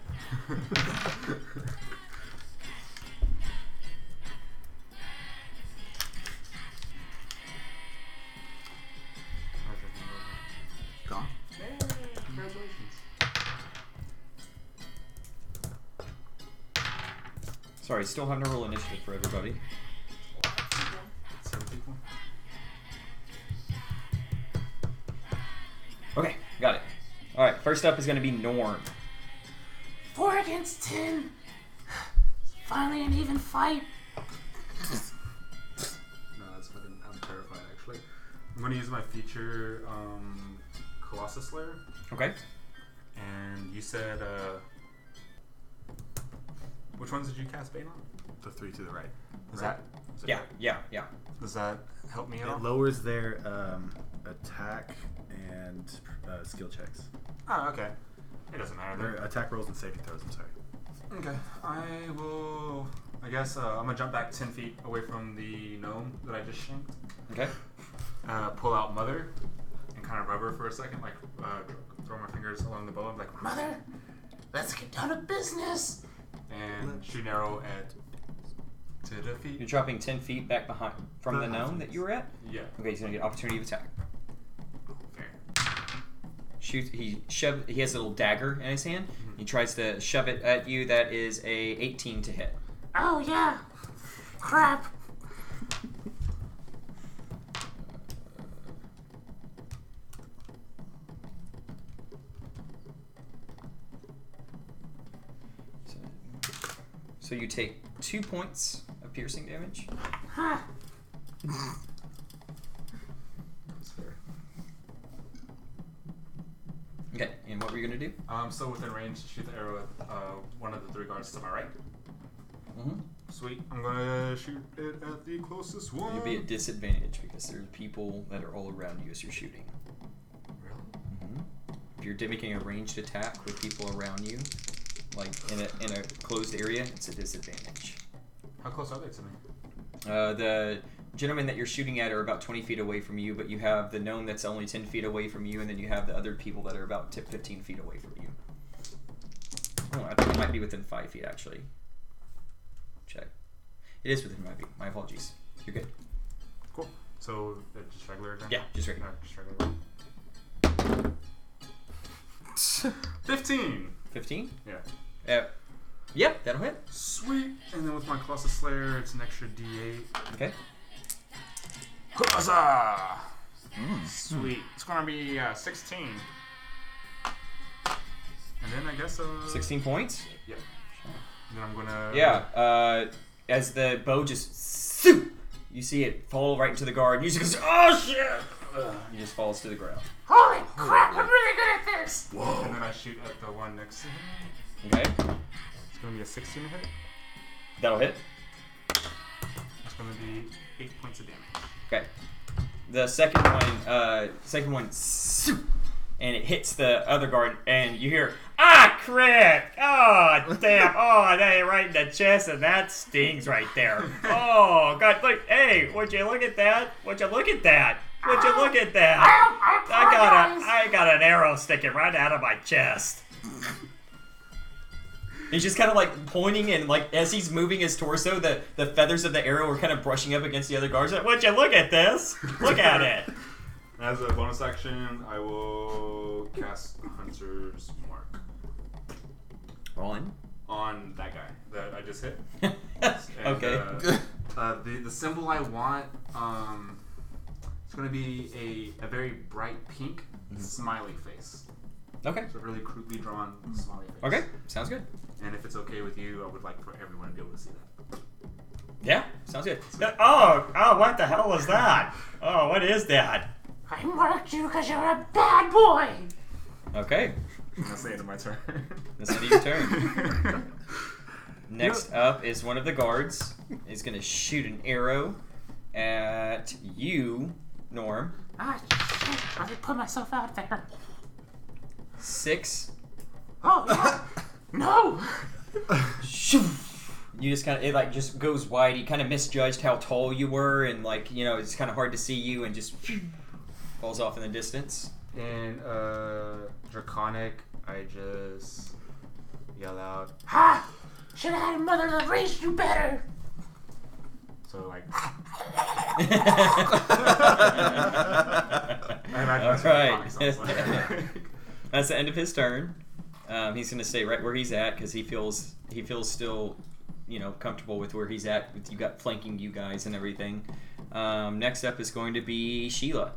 Speaker 3: sorry, still having to roll initiative for everybody.
Speaker 7: Seven people.
Speaker 3: Okay, got it. All right, first up is going to be Norm.
Speaker 4: Four against ten. Finally, an even fight.
Speaker 7: No, that's fucking. I'm terrified actually. I'm gonna use my feature, um, Colossus Slayer,
Speaker 3: Okay.
Speaker 7: and you said, uh, which ones did you cast Bane on?
Speaker 6: The three to the right.
Speaker 7: Is
Speaker 10: Right.
Speaker 7: that? Is that
Speaker 3: Yeah,
Speaker 7: right?
Speaker 3: yeah, yeah.
Speaker 7: Does that help me at all?
Speaker 10: It lowers their um, attack and uh, skill checks.
Speaker 7: oh, okay. It doesn't matter.
Speaker 10: Their
Speaker 7: then.
Speaker 10: attack rolls and saving throws, I'm sorry.
Speaker 7: Okay, I will. I guess uh, I'm gonna jump back ten feet away from the gnome that I just shanked.
Speaker 3: Okay.
Speaker 7: Uh, pull out Mother and kind of rub her for a second, like uh, throw my fingers along the bow. I'm like
Speaker 4: Mother, let's get down to business.
Speaker 7: and shoot an arrow at to the feet.
Speaker 3: You're dropping 10 feet back behind from the
Speaker 6: Uh,
Speaker 3: gnome that you were at.
Speaker 7: Yeah, Oh,
Speaker 3: Okay, he's going to get opportunity of attack.
Speaker 7: fair.
Speaker 3: Shoot, he shove. He has a little dagger in his hand.
Speaker 7: Mm-hmm.
Speaker 3: He tries to shove it at you. That is a 18 to hit.
Speaker 4: Oh yeah. Crap.
Speaker 3: So, so you take two points of piercing damage.
Speaker 4: Huh.
Speaker 7: That's fair.
Speaker 3: Okay, and what were you going to do?
Speaker 7: Um, so within range, to shoot the arrow at uh, one of the three guards to my right.
Speaker 3: Mm-hmm.
Speaker 7: Sweet. I'm gonna shoot it at the closest one.
Speaker 3: You'll be at disadvantage because there's people that are all around you as you're shooting. Mm-hmm.
Speaker 7: Really?
Speaker 3: If you're making a ranged attack with people around you, like in a, in a closed area, it's a disadvantage.
Speaker 7: How close are they to me?
Speaker 3: Uh, the gentlemen that you're shooting at are about 20 feet away from you, but you have the gnome that's only 10 feet away from you, and then you have the other people that are about 10, 15 feet away from you. Oh, I think it might be within 5 feet, actually. Check. It is within 5 feet. My apologies. You're good.
Speaker 7: Cool. So uh, just regular again.
Speaker 3: Yeah, just regular.
Speaker 7: Alright, just regular. (laughs) Fifteen.
Speaker 3: 15?
Speaker 7: Yeah.
Speaker 3: Uh, yep, that'll hit.
Speaker 7: Sweet. And then with my Colossus Slayer, it's an extra D8.
Speaker 3: Okay.
Speaker 7: Colossus. Sweet. It's gonna be uh, sixteen. And then I guess uh.
Speaker 3: 16 points?
Speaker 7: Yeah. And then I'm gonna.
Speaker 3: Yeah. Uh, as the bow just. Soo! You see it fall right into the guard, and you just goes, oh shit! Ugh, He just falls to the ground.
Speaker 4: Holy crap! I'm really good at this.
Speaker 7: And then I shoot at the one next to him.
Speaker 3: Okay.
Speaker 7: It's gonna be a 16 to hit.
Speaker 3: That'll hit.
Speaker 7: It's gonna be eight points of damage.
Speaker 3: Okay. The second one, uh, second one, swoop, and it hits the other guard, and you hear, ah, crap! Oh, damn! Oh, that ain't right in the chest, and that stings right there. Oh, God, look, hey, would you look at that? Would you look at that? Would you look at that?
Speaker 4: I,
Speaker 3: I got a, I got an arrow sticking right out of my chest. He's just kind of like pointing and like as he's moving his torso, the, the feathers of the arrow are kind of brushing up against the other guards. Like, would you look at
Speaker 7: (laughs)
Speaker 3: this? Look at it.
Speaker 7: As a bonus action, I will cast Hunter's Mark
Speaker 3: Rolling.
Speaker 7: on that guy that I just
Speaker 3: (laughs)
Speaker 7: hit. And,
Speaker 3: okay.
Speaker 7: Uh, uh, the, the symbol I want, um, it's gonna be a, a very bright pink smiley face.
Speaker 3: Mm-hmm. Okay.
Speaker 7: It's a really crudely drawn smiley face.
Speaker 3: Okay. Sounds good.
Speaker 7: And if it's okay with you, I would like for everyone to be able to see that.
Speaker 3: Yeah. Sounds good. Oh, oh, what the hell was that? Oh, what is that?
Speaker 4: I marked you because you're a bad boy.
Speaker 3: Okay.
Speaker 7: And that's the end of my
Speaker 3: (laughs)
Speaker 7: turn.
Speaker 3: That's the end of your
Speaker 7: (laughs)
Speaker 3: turn. Next up is one of the guards. He's gonna shoot an arrow at you, Norm.
Speaker 4: Ah, shit. I did put myself out there.
Speaker 3: Six.
Speaker 4: Oh yeah. no.
Speaker 3: You just kind of it like just goes wide. He kind of misjudged how tall you were, and like you know it's kind of hard to see you, and just falls off in the distance.
Speaker 7: And uh, draconic, I just yell out.
Speaker 4: Ha! Should have Ah, had a mother that raised you better.
Speaker 7: So like, I imagine
Speaker 3: All
Speaker 7: that's what
Speaker 3: right.
Speaker 7: draconic sounds like.
Speaker 3: (laughs) That's the end of his turn. Um, he's going to stay right where he's at because he feels he feels still you know comfortable with where he's at. With you got flanking you guys and everything. Um, next up is going to be Sheila.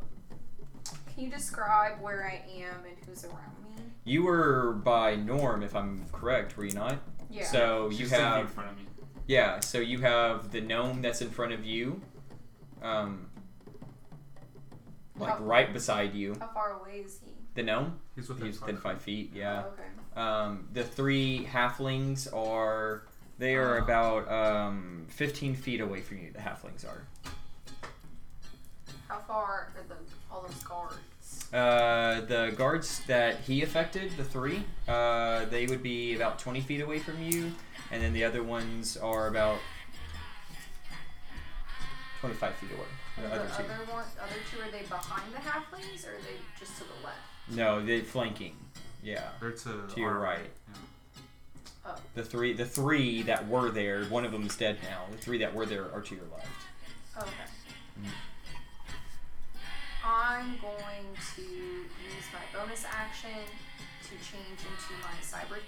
Speaker 11: Can you describe where I am and who's around me?
Speaker 3: You were by Norm, if I'm correct, were you not?
Speaker 11: Yeah.
Speaker 3: So you
Speaker 7: She's standing in
Speaker 3: have
Speaker 7: front of me.
Speaker 3: yeah. So you have the gnome that's in front of you, um, like
Speaker 11: How-
Speaker 3: right beside you.
Speaker 11: How far away is he?
Speaker 3: The gnome.
Speaker 7: He's within
Speaker 3: He's
Speaker 7: five
Speaker 3: within
Speaker 7: feet.
Speaker 3: five feet. Yeah.
Speaker 11: Oh, okay.
Speaker 3: Um, the three halflings are they are
Speaker 7: Ah.
Speaker 3: about um, 15 feet away from you. The halflings are.
Speaker 11: How far are the all those guards?
Speaker 3: Uh, the guards that he affected, the three, uh, they would be about 20 feet away from you, and then the other ones are about 25 feet away. The
Speaker 11: the
Speaker 3: other two.
Speaker 11: other one, other two are they behind the halflings or are they just to the left?
Speaker 3: No, they flanking. Yeah.
Speaker 7: They're to,
Speaker 3: To your
Speaker 7: our
Speaker 3: right.
Speaker 11: Oh,
Speaker 3: The three, the three that were there, one of them is dead now. The three that were there are to your left.
Speaker 11: okay. I'm going to use my bonus action to change into my cyber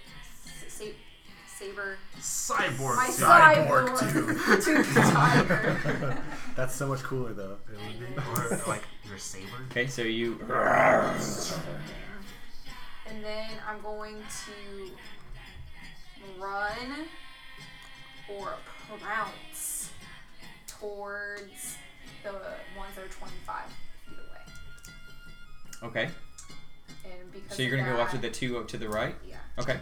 Speaker 11: sa- sa- saber.
Speaker 7: Cyborg.
Speaker 11: My
Speaker 7: suit.
Speaker 11: cyborg (laughs) to the
Speaker 6: (laughs)
Speaker 11: tiger.
Speaker 10: That's so much cooler though. It would be-
Speaker 12: Or like your saber.
Speaker 3: Okay, so you.
Speaker 11: And then I'm going to run or pounce towards the ones that are 25 feet away.
Speaker 3: Okay,
Speaker 11: And because
Speaker 3: so you're gonna
Speaker 11: of
Speaker 3: go
Speaker 11: that,
Speaker 3: after the two up to the right.
Speaker 11: Yeah,
Speaker 3: Okay.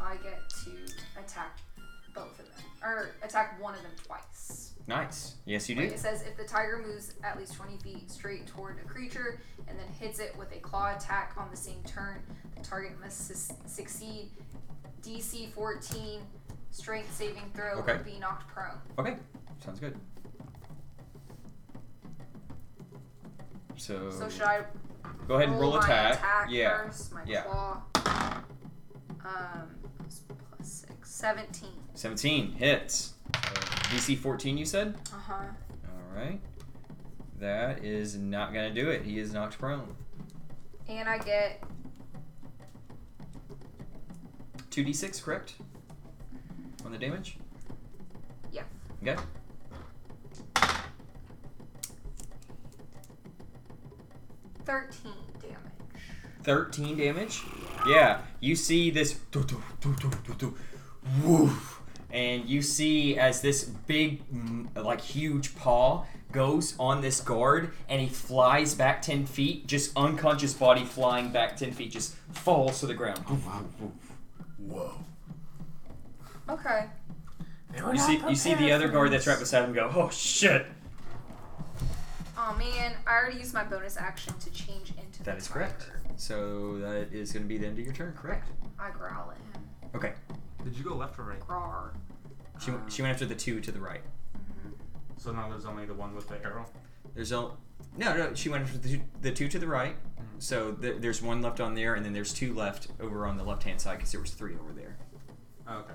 Speaker 11: I get to attack both of them, or attack one of them twice.
Speaker 3: Nice. Yes, you
Speaker 11: Wait,
Speaker 3: do.
Speaker 11: It says if the tiger moves at least 20 feet straight toward a creature and then hits it with a claw attack on the same turn, the target must sus- succeed DC 14 strength saving throw
Speaker 3: Okay.
Speaker 11: or be knocked prone.
Speaker 3: Okay, sounds good. So,
Speaker 11: So should I
Speaker 3: Oh. go ahead and roll,
Speaker 11: my
Speaker 3: attack. Yeah.
Speaker 11: first? My
Speaker 3: yeah.
Speaker 11: claw. Um, it's plus six, 17.
Speaker 3: 17 hits. Uh, DC 14, you said?
Speaker 11: Uh huh.
Speaker 3: All right. That is not going to do it. He is knocked prone.
Speaker 11: And I get
Speaker 3: 2d6, correct? On the damage?
Speaker 11: Yeah.
Speaker 3: Okay.
Speaker 11: thirteen damage.
Speaker 3: 13 damage. Yeah, you see this. do, do, do, do, do, do, woof, and you see as this big, mm, like huge paw goes on this guard and he flies back 10 feet, just unconscious body flying back 10 feet, just falls to the ground.
Speaker 6: Whoa.
Speaker 11: Okay.
Speaker 4: They were
Speaker 3: You
Speaker 4: not
Speaker 3: see, you see the
Speaker 4: prepared
Speaker 3: other
Speaker 4: for
Speaker 3: guard
Speaker 4: this.
Speaker 3: that's right beside him go, oh shit.
Speaker 11: Oh man, I already used my bonus action to change into.
Speaker 3: That
Speaker 11: the
Speaker 3: is correct.
Speaker 11: tiger.
Speaker 3: So that is going to be the end of your turn, correct?
Speaker 11: I growl at him.
Speaker 3: Okay.
Speaker 7: Did you go left or right?
Speaker 11: Grar.
Speaker 3: She, she went after the two to the right.
Speaker 7: Mm-hmm. So now there's only the one with the arrow.
Speaker 3: There's no, no, no. She went for the two, the two to the right.
Speaker 7: Mm-hmm.
Speaker 3: So th- there's one left on there, and then there's two left over on the left hand side because there was three over there.
Speaker 7: Oh, okay.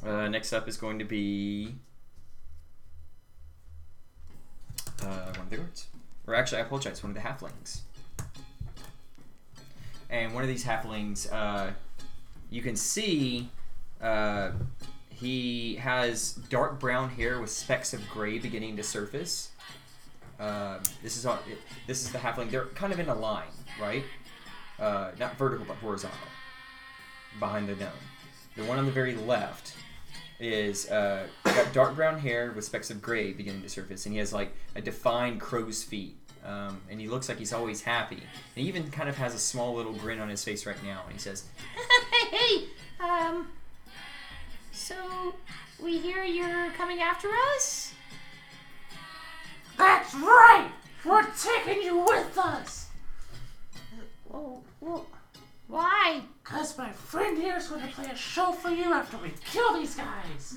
Speaker 1: Mm-hmm.
Speaker 3: Uh, next up is going to be uh, one of the guards, or actually, I apologize, one of the halflings. And one of these halflings, uh, you can see, uh, he has dark brown hair with specks of gray beginning to surface. Um, this is on, it, this is the halfling. They're kind of in a line, right? Uh, not vertical, but horizontal. Behind the dome. The one on the very left is uh, got dark brown hair with specks of gray beginning to surface, and he has like a defined crow's feet. Um, and he looks like he's always happy. And he even kind of has a small little grin on his face right now. And he says,
Speaker 13: (laughs) hey, um, so we hear you're coming after us?
Speaker 4: That's right! We're taking you with us!
Speaker 13: Well, well, why?
Speaker 4: Cause my friend here is gonna play a show for you after we kill these guys!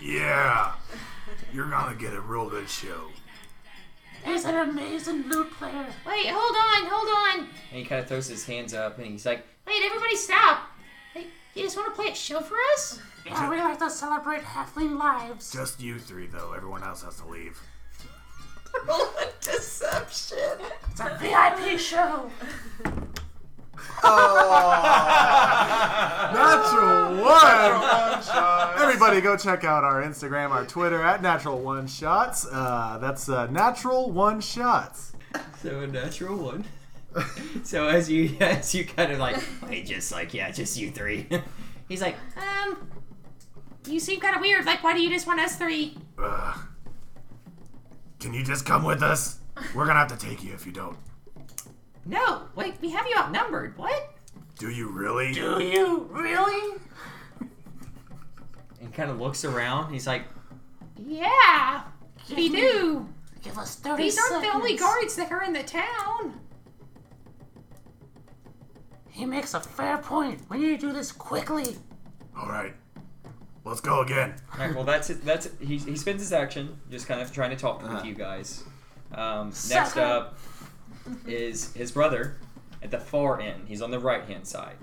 Speaker 6: Yeah. You're gonna get a real good show.
Speaker 4: He's an amazing loot player.
Speaker 13: Wait, hold on, hold on.
Speaker 3: and he kind of throws his hands up, and he's like,
Speaker 13: Wait, everybody stop. Hey, you just want to play a show for us?
Speaker 4: Yeah, we like to celebrate halfling lives.
Speaker 6: Just you three, though. Everyone else has to leave.
Speaker 4: It's a VIP show.
Speaker 14: Natural one. Everybody, go check out our Instagram, our Twitter at Natural One Shots. Uh, that's uh, Natural One Shots.
Speaker 3: So a natural
Speaker 6: (laughs)
Speaker 3: one. so uh, as you (laughs) as you kind of like wait, just like yeah, just
Speaker 8: (laughs)
Speaker 3: you three. He's like,
Speaker 13: Um, you seem kind of weird. Like, why do you just want us three?
Speaker 6: Ugh. Can you just come with us? We're gonna have to take you if you don't.
Speaker 8: No, wait, we have you outnumbered. What?
Speaker 6: Do you really?
Speaker 8: really?
Speaker 3: and kind of looks around. He's like,
Speaker 8: Yeah, we
Speaker 4: Give me-
Speaker 8: do.
Speaker 4: Give us 30
Speaker 8: These aren't the only
Speaker 4: seconds.
Speaker 8: guards that are in the town.
Speaker 4: He makes a fair point. We need to do this quickly.
Speaker 6: All right, let's go again.
Speaker 3: All right, well, that's it. That's it. He, he spends his action just kind of trying to talk
Speaker 6: Uh-huh.
Speaker 3: with you guys. Um, next
Speaker 8: Sucker.
Speaker 3: up is his brother at the far end. He's on the right hand side.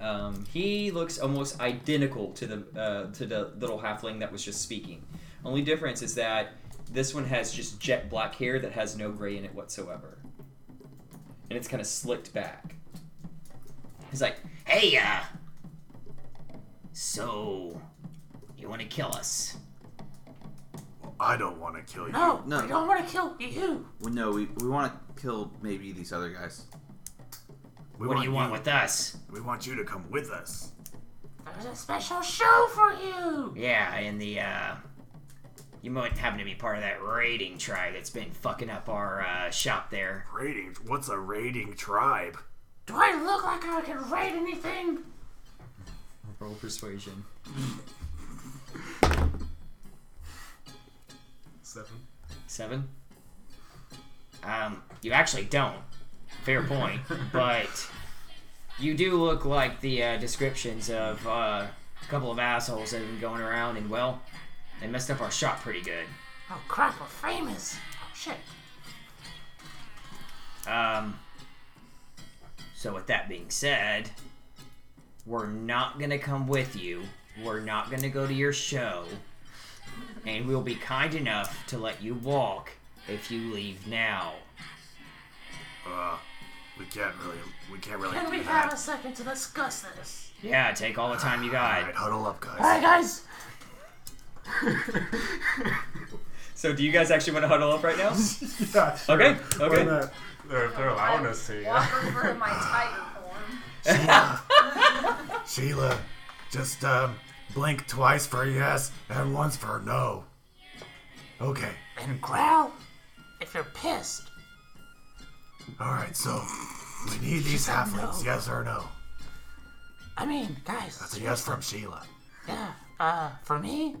Speaker 3: Um, he looks almost identical to the uh, to the little halfling that was just speaking. Only difference is that this one has just jet black hair that has no gray in it whatsoever, and it's kind of slicked back. He's like,
Speaker 8: Hey, uh. So, you want to kill us?
Speaker 6: I don't want to kill you.
Speaker 4: No,
Speaker 2: No.
Speaker 4: I don't want to kill you.
Speaker 2: Well, no, we, we want to kill maybe these other guys.
Speaker 6: We What do want you want you- with
Speaker 8: us?
Speaker 6: We want you to come with us.
Speaker 4: There's a special show for you.
Speaker 8: Yeah, and the, uh. You might happen to be part of that raiding tribe that's been fucking up our uh, shop there.
Speaker 6: Raiding? What's a raiding tribe?
Speaker 4: Do I look like I can raid anything?
Speaker 3: roll persuasion.
Speaker 7: Seven.
Speaker 8: Seven? Um, you actually don't. Fair point. but you do look like the uh, descriptions of uh, a couple of assholes that have been going around and, well, they messed up our shop pretty good.
Speaker 4: Oh crap, we're famous. Oh shit.
Speaker 8: Um, so, with that being said, we're not going to come with you. We're not going to go to your show. And we'll be kind enough to let you walk if you leave now.
Speaker 6: Uh, we can't really, we can't really
Speaker 4: Can
Speaker 6: do
Speaker 4: (laughs) we
Speaker 6: that.
Speaker 4: have a second to discuss this?
Speaker 8: Yeah, take all the time you got.
Speaker 6: Alright, huddle up, guys.
Speaker 4: Alright, guys.
Speaker 3: So, do you guys actually want to huddle up right now?
Speaker 7: (laughs) Yeah, sure.
Speaker 3: Okay.
Speaker 7: Why
Speaker 3: Okay.
Speaker 7: not? They're, they're allowing us to. Yeah.
Speaker 13: Walk over in my titan form.
Speaker 6: Sheila, just um, blink twice for yes and once for no. Okay.
Speaker 4: And growl if you're pissed.
Speaker 6: All right. So we need these halflings. Yes or no?
Speaker 4: I mean, guys.
Speaker 6: That's a yes from Sheila.
Speaker 4: Yeah. Uh, for me,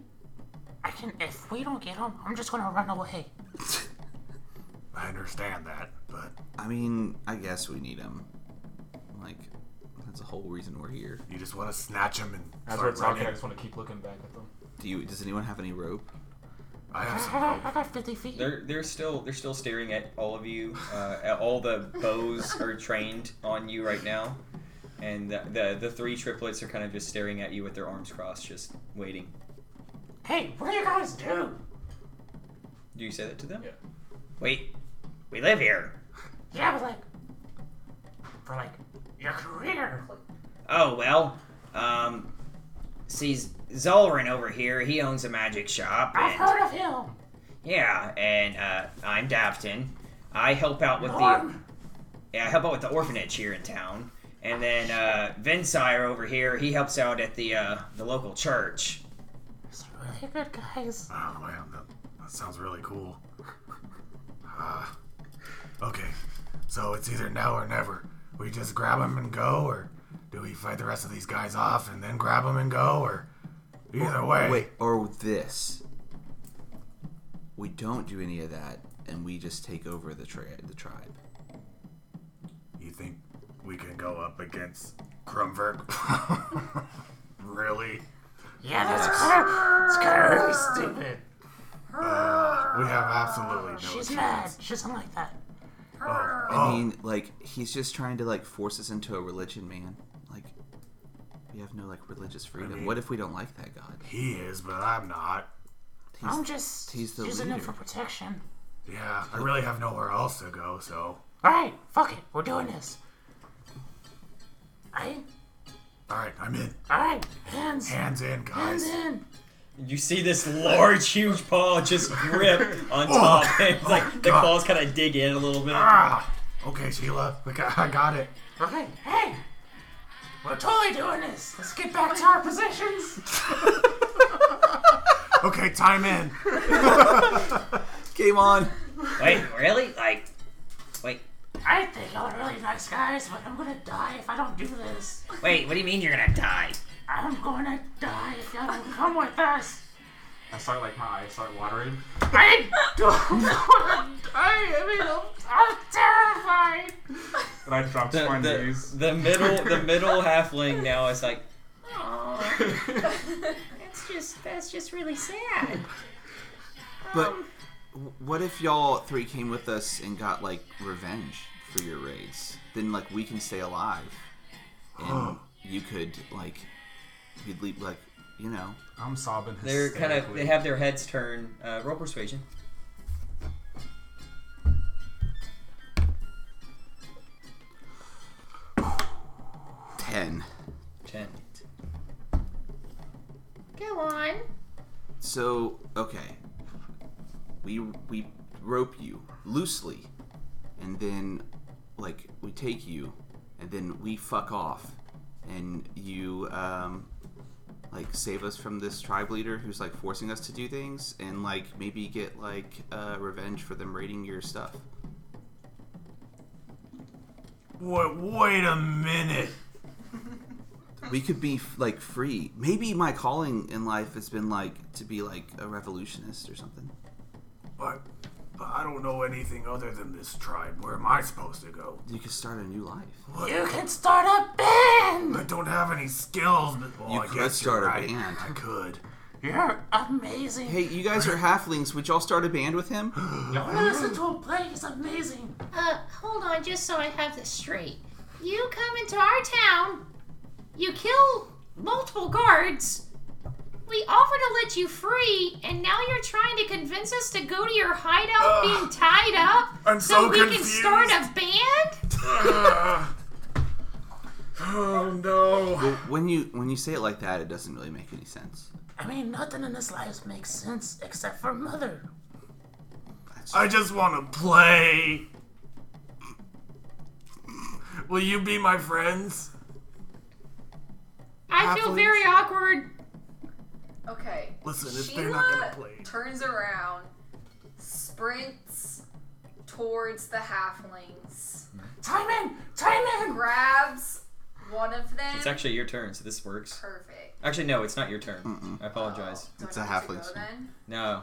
Speaker 4: I can. If we don't get him, I'm just gonna run away.
Speaker 6: I understand that, but
Speaker 2: I mean, I guess we need them. Like, that's the whole reason we're here.
Speaker 6: You just want to snatch them and
Speaker 2: As
Speaker 7: As we're talking, I just want to keep looking back at them.
Speaker 2: Do you? Does anyone have any rope?
Speaker 6: I
Speaker 4: I got, I got 50 feet.
Speaker 3: They're they're still they're still staring at all of you. Uh, at all the bows are trained on you right now, and the, the the three triplets are kind of just staring at you with their arms crossed, just waiting.
Speaker 4: Hey, what do you guys do?
Speaker 3: Do you say that to them?
Speaker 7: Yeah.
Speaker 3: Wait, we live here.
Speaker 4: Yeah, but like, for like your career.
Speaker 8: Oh well. Um see Z- Zolrin over here, he owns a magic shop
Speaker 4: I've
Speaker 8: and
Speaker 4: heard of him.
Speaker 8: yeah, and uh I'm Dafton. I help out with
Speaker 4: Norm.
Speaker 8: the Yeah, I help out with the orphanage here in town. And then uh Vinsire over here, he helps out at the uh the local church.
Speaker 4: Really good guys.
Speaker 6: Oh man, that, that sounds really cool. Uh, okay, so it's either now or never. We just grab them and go, or do we fight the rest of these guys off and then grab them and go, or either way?
Speaker 2: Wait, or this. We don't do any of that, and we just take over the tri- the tribe.
Speaker 6: You think we can go up against Krumverk? (laughs) really?
Speaker 4: Yeah, that's kind of, it's kind of really stupid.
Speaker 6: Uh, we have absolutely no
Speaker 4: She's
Speaker 6: chance.
Speaker 4: mad. She's something like that.
Speaker 6: Oh,
Speaker 2: I mean, like he's just trying to like force us into a religion, man. Like we have no like religious freedom.
Speaker 6: mean-
Speaker 2: what if we don't like that god?
Speaker 6: He is, but I'm not.
Speaker 2: He's-
Speaker 4: I'm just
Speaker 2: he's the
Speaker 4: using him
Speaker 2: leader.
Speaker 4: for protection.
Speaker 6: Yeah, I really have nowhere else to go, so.
Speaker 4: All right, fuck it. We're doing this. I.
Speaker 6: All right, I'm in.
Speaker 4: All right, hands.
Speaker 6: Hands in, guys.
Speaker 4: Hands in.
Speaker 3: You see this large, huge paw just grip on
Speaker 6: Oh,
Speaker 3: top, (laughs) and it's like the claws kind of dig in a little bit.
Speaker 6: Ah, Okay, Sheila, we got, I got it.
Speaker 4: Okay, hey! We're totally (laughs) doing this! Let's get back to our positions!
Speaker 6: Okay, time
Speaker 4: (laughs)
Speaker 6: in.
Speaker 2: Game on.
Speaker 9: Wait, really? Like, wait,
Speaker 4: I think y'all are really nice guys, but I'm gonna die if I don't do this.
Speaker 9: wait. What do you mean you're gonna die?
Speaker 4: I'm gonna die if y'all don't come with us!
Speaker 7: I start like my eyes start watering.
Speaker 4: I don't wanna die! I mean, I'm, I'm terrified!
Speaker 7: (laughs) And I drop to
Speaker 3: The,
Speaker 7: my
Speaker 3: the,
Speaker 7: knees.
Speaker 3: the middle, the middle halfling now is like,
Speaker 9: That's just that's just really sad.
Speaker 2: But
Speaker 4: um,
Speaker 2: w- what if y'all three came with us and got like revenge for your raids? Then like we can stay alive, and you could like you'd leap like you know.
Speaker 7: I'm sobbing.
Speaker 3: they're kind of they
Speaker 7: hysterically.
Speaker 3: have their heads turned. Uh, roll persuasion.
Speaker 2: Ten.
Speaker 3: Ten.
Speaker 5: Go on.
Speaker 2: So okay, we we rope you loosely, and then like we take you, and then we fuck off, and you um like save us from this tribe leader who's like forcing us to do things, and like maybe get like uh, revenge for them raiding your stuff.
Speaker 6: Wait, wait a minute.
Speaker 2: We could be f- like free. Maybe my calling in life has been like to be like a revolutionist or something.
Speaker 6: But, but I don't know anything other than this tribe. Where am I supposed to go?
Speaker 2: You could start a new life.
Speaker 4: You can start a band!
Speaker 6: I don't have any skills. But, well,
Speaker 2: You
Speaker 6: I
Speaker 2: could
Speaker 6: guess
Speaker 2: start a
Speaker 6: you're right.
Speaker 2: band.
Speaker 6: I could.
Speaker 4: You're amazing!
Speaker 2: Hey, you guys are halflings. Would y'all start a band with
Speaker 6: (gasps)
Speaker 2: him?
Speaker 6: Oh,
Speaker 4: Listen to him play, he's amazing!
Speaker 5: Uh, hold on, just so I have this straight. You come into our town, you kill multiple guards, we offer to let you free, and now you're trying to convince us to go to your hideout being tied up
Speaker 6: I'm so
Speaker 5: we
Speaker 6: confused.
Speaker 5: can start a
Speaker 6: (laughs)
Speaker 5: band?
Speaker 6: Oh no.
Speaker 2: When you when you say it like that, it doesn't really make any sense.
Speaker 4: I mean, nothing in this life makes sense except for mother.
Speaker 6: I just want to play. Will you be my friends?
Speaker 5: I feel
Speaker 6: Halflings.
Speaker 5: very awkward.
Speaker 11: Okay.
Speaker 6: Listen, if
Speaker 11: Sheila
Speaker 6: they're not gonna play.
Speaker 11: turns around, sprints towards the halflings,
Speaker 4: Time in! Time in!
Speaker 11: grabs one of them.
Speaker 3: It's actually your turn, so this works.
Speaker 11: perfect.
Speaker 3: Actually, no, it's not your turn. I apologize.
Speaker 11: Do I
Speaker 2: It's a
Speaker 11: get to
Speaker 2: halfling's
Speaker 11: go
Speaker 2: turn.
Speaker 11: Then? Oh.
Speaker 3: No,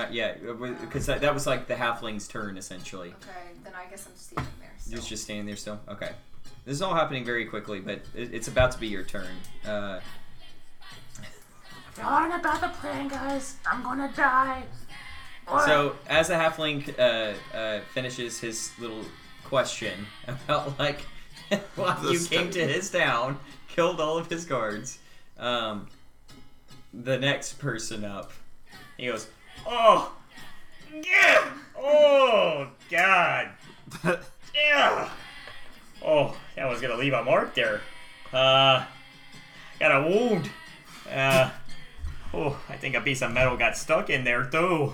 Speaker 3: not yet, because that, that was like the halfling's turn essentially.
Speaker 11: Okay, then I guess I'm standing there. So.
Speaker 3: You're just standing there still. Okay, this is all happening very quickly, but it, it's about to be your turn. Uh,
Speaker 4: If y'all aren't about the plan, guys, I'm gonna die. Or
Speaker 3: So as the halfling uh, uh, finishes his little question about like (laughs) why
Speaker 2: (laughs) The
Speaker 3: you
Speaker 2: stuff.
Speaker 3: came to his town, killed all of his guards, um, the next person up, he goes, "Oh, yeah, oh God, yeah, oh that was gonna leave a mark there. Uh, got a wound. Uh, oh, I think a piece of metal got stuck in there too."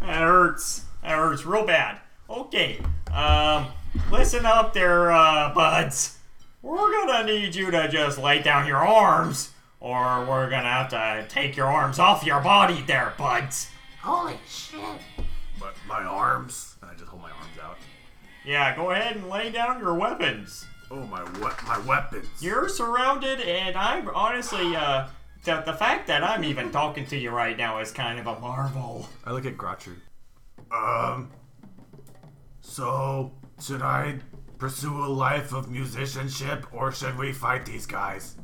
Speaker 3: That hurts. That hurts real bad. Okay. Um, listen up there, uh, buds. We're gonna need you to just lay down your arms, or we're gonna have to take your arms off your body there, buds.
Speaker 4: holy shit!
Speaker 6: But my arms. I just hold my arms out.
Speaker 3: Yeah, go ahead and lay down your weapons.
Speaker 6: Oh my we- my weapons.
Speaker 3: You're surrounded, and I'm honestly, uh, the, the fact that I'm even talking to you right now is kind of a marvel.
Speaker 15: I look at Grotcher.
Speaker 6: Um. So, should I pursue a life of musicianship or should we fight these guys?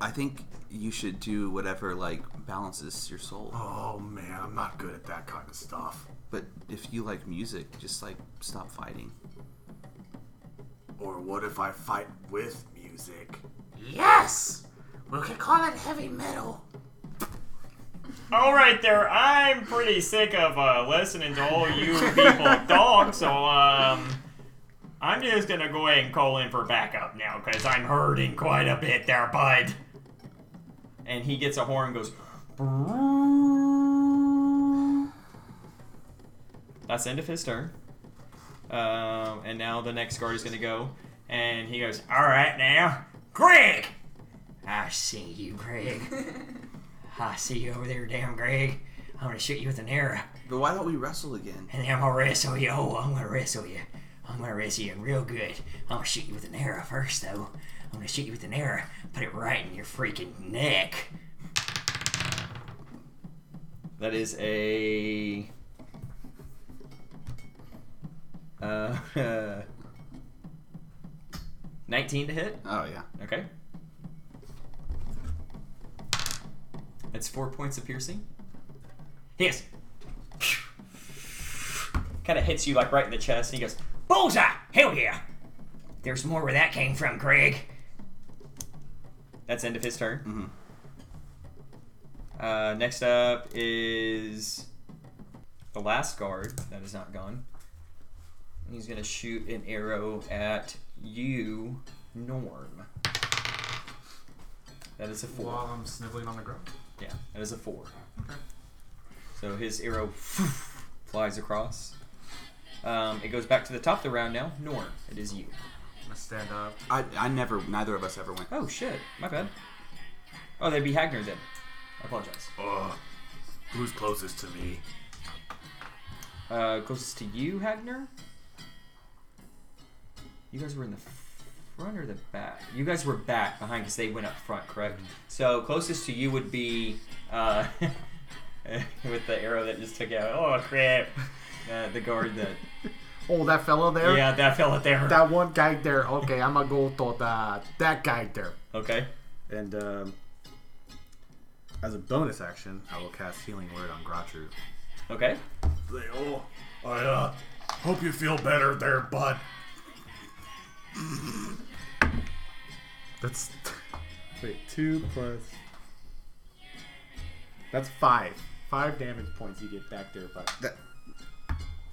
Speaker 2: I think you should do whatever like balances your soul.
Speaker 6: Oh man, I'm not good at that kind of stuff.
Speaker 2: But if you like music, just like stop fighting.
Speaker 6: Or what if I fight with music?
Speaker 4: Yes! We could call it heavy metal.
Speaker 3: All right, there. I'm (laughs) pretty sick of uh, listening to all you people talk. So, um,
Speaker 16: I'm just gonna go ahead and call in for backup now, because I'm hurting quite a bit there, bud.
Speaker 3: And he gets a horn and goes, That's the end of his turn. Um, and now the next guard is going to go. And he goes,
Speaker 9: All right, now, Greg. I see you, Greg. I see you over there, damn Greg. I'm gonna shoot you with an arrow.
Speaker 2: But why don't we wrestle again?
Speaker 9: And then I'm gonna wrestle you. Oh, I'm gonna wrestle you. I'm gonna wrestle you real good. I'm gonna shoot you with an arrow first, though. I'm gonna shoot you with an arrow. Put it right in your freaking neck.
Speaker 3: That is a. Uh, (laughs) 19 to hit?
Speaker 2: Oh, yeah.
Speaker 3: Okay. That's four points of piercing. Yes. (laughs) kind of hits you like right in the chest, and he goes,
Speaker 9: Bullseye! Hell yeah! There's more where that came from, Greg.
Speaker 3: That's end of his turn.
Speaker 9: Mm-hmm.
Speaker 3: Uh, next up is the last guard that is not gone. He's gonna shoot an arrow at you, Norm. That is a four.
Speaker 7: While I'm sniveling on the ground.
Speaker 3: Yeah, that is a four.
Speaker 7: Okay.
Speaker 3: So his arrow flies across. Um, it goes back to the top of the round now. Norm, it is you.
Speaker 7: I stand up.
Speaker 2: I, I never, neither of us ever went.
Speaker 3: Oh shit, my bad. Oh, they'd be Hagner then. I apologize.
Speaker 6: Ugh. Who's closest to me?
Speaker 3: Uh, closest to you, Hagner? You guys were in the front or the back? You guys were back behind because they went up front, correct?
Speaker 6: Mm-hmm.
Speaker 3: So closest to you would be uh, (laughs) with the arrow that just took out. Oh crap! Uh, the guard that.
Speaker 15: Oh, that fella there?
Speaker 3: Yeah, that fella there.
Speaker 15: That one guy there. Okay, I'm gonna go to that that guy there.
Speaker 3: Okay.
Speaker 10: And um, as a bonus action, I will cast Healing Word on Grotru.
Speaker 3: Okay.
Speaker 6: They all. I uh, hope you feel better there, bud.
Speaker 10: That's wait two plus. That's five. Five damage points you get back there, but
Speaker 2: that,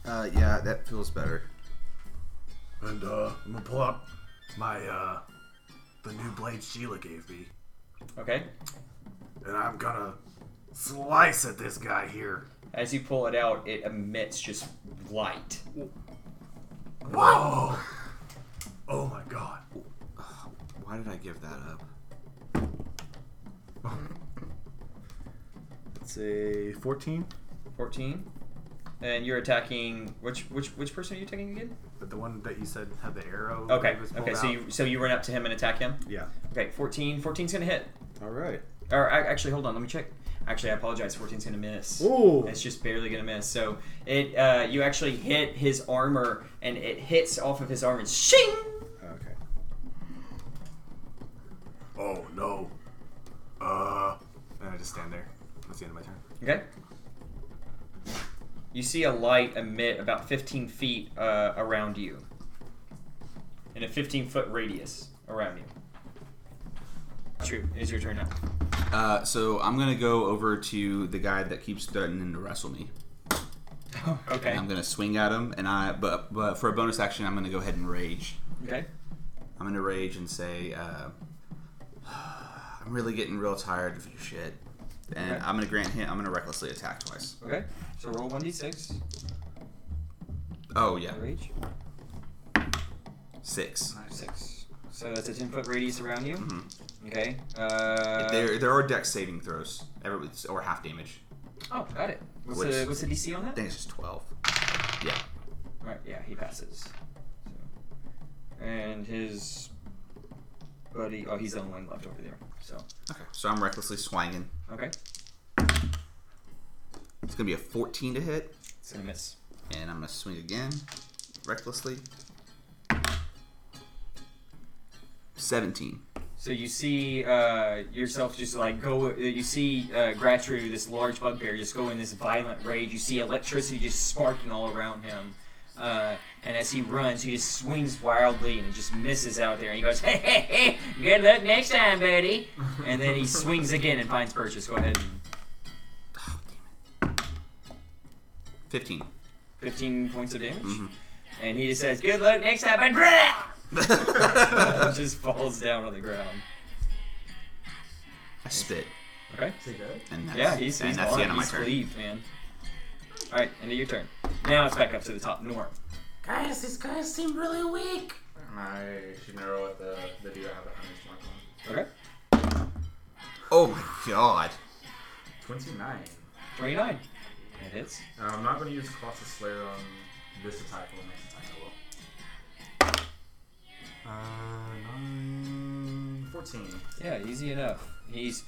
Speaker 2: Uh, yeah, that feels better.
Speaker 6: And uh, I'm gonna pull out my uh, the new blade Sheila gave me,
Speaker 3: Okay.
Speaker 6: and I'm gonna slice at this guy here.
Speaker 3: As you pull it out, it emits just light.
Speaker 6: Whoa! Oh my god.
Speaker 2: Why did I give that up?
Speaker 10: it's a fourteen.
Speaker 3: Fourteen. And you're attacking which which which person are you attacking again?
Speaker 10: But the one that you said had the arrow.
Speaker 3: Okay.
Speaker 10: that was pulled
Speaker 3: Okay. So
Speaker 10: out.
Speaker 3: you so you run up to him and attack him.
Speaker 10: Yeah.
Speaker 3: Okay. 14. 14's gonna hit.
Speaker 10: All right.
Speaker 3: Or ac- actually, hold on. Let me check. Actually, I apologize. 14's gonna miss.
Speaker 10: Ooh.
Speaker 3: It's just barely gonna miss. So it uh, you actually hit his armor and it hits off of his armor. And shing.
Speaker 10: Okay.
Speaker 6: Oh no. Uh.
Speaker 10: And I just stand there. That's the end of my turn.
Speaker 3: Okay. You see a light emit about 15 feet uh, around you, in a 15 foot radius around you. True. It is your turn now.
Speaker 2: Uh, so I'm gonna go over to the guy that keeps threatening to wrestle me.
Speaker 3: (laughs) Okay.
Speaker 2: And I'm gonna swing at him, and I but but for a bonus action, I'm gonna go ahead and rage.
Speaker 3: Okay.
Speaker 2: I'm gonna rage and say, uh, (sighs) I'm really getting real tired of your shit, and
Speaker 3: Okay.
Speaker 2: I'm gonna grant him. I'm gonna recklessly attack twice.
Speaker 3: Okay. So roll 1d6.
Speaker 2: Oh yeah,
Speaker 3: Rage.
Speaker 2: six.
Speaker 3: Six. So that's a 10 foot radius around you.
Speaker 2: Mhm.
Speaker 3: Okay. Uh,
Speaker 2: there there are dex saving throws, every, or half damage.
Speaker 3: Oh, got it. What's,
Speaker 2: which-
Speaker 3: the, what's the DC on
Speaker 2: I
Speaker 3: that?
Speaker 2: think it's just twelve. Yeah.
Speaker 3: Right, yeah, he passes. So. And his buddy. Oh, he's the only one left over there. So.
Speaker 2: Okay. So I'm recklessly swinging.
Speaker 3: Okay.
Speaker 2: It's gonna be a 14 to hit.
Speaker 3: It's gonna miss.
Speaker 2: And I'm gonna swing again, recklessly. 17.
Speaker 3: So you see uh, yourself just like go. You see uh, Gratru, this large bugbear, just go in this violent rage. You see electricity just sparking all around him. Uh, and as he runs, he just swings wildly and just misses out there. And he goes, (laughs) hey, hey, hey, good luck next time, buddy. And then he swings again and finds purchase. Go ahead. and-
Speaker 2: 15.
Speaker 3: 15 points of damage.
Speaker 2: Mhm.
Speaker 3: and he just says, "Good luck next time," and (laughs) just falls down on the ground.
Speaker 2: I spit.
Speaker 3: Okay.
Speaker 2: And that's,
Speaker 3: yeah, he's,
Speaker 2: and
Speaker 3: he's
Speaker 2: that's
Speaker 3: gone.
Speaker 2: the end of my
Speaker 3: He's
Speaker 2: turn.
Speaker 3: relieved, man. All right, end of your turn. Now it's back up to the top. Norm.
Speaker 4: Guys, these guys seem really weak.
Speaker 8: I should narrow what the, the deer I have a hunter's mark on.
Speaker 3: Okay.
Speaker 2: Oh my god.
Speaker 8: 29.
Speaker 3: 29. It hits.
Speaker 8: Uh, I'm not going to use Colossus Slayer on this attack, but next attack I will.
Speaker 6: Uh, nine,
Speaker 8: 14.
Speaker 3: Yeah, easy enough. He's.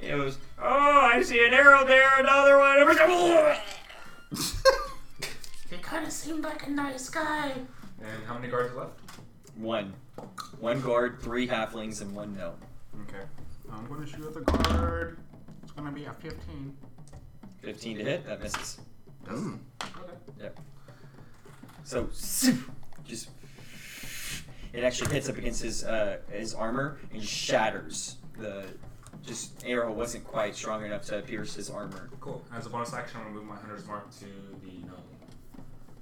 Speaker 3: It was. Oh, I see an arrow there, another one. over-
Speaker 4: He kind of seemed like a nice guy.
Speaker 8: And how many guards left?
Speaker 3: One. One guard, three halflings, and one gnome.
Speaker 8: Okay. I'm going to shoot at the guard. It's going to be a 15.
Speaker 3: 15 to hit, that misses.
Speaker 2: Doesn't.
Speaker 3: Yep. So, (laughs) just. It actually hits up against his uh, his armor and shatters. The just arrow wasn't quite strong enough to pierce his armor.
Speaker 8: Cool. As a bonus action, I'm going to move my hunter's mark to the gnome.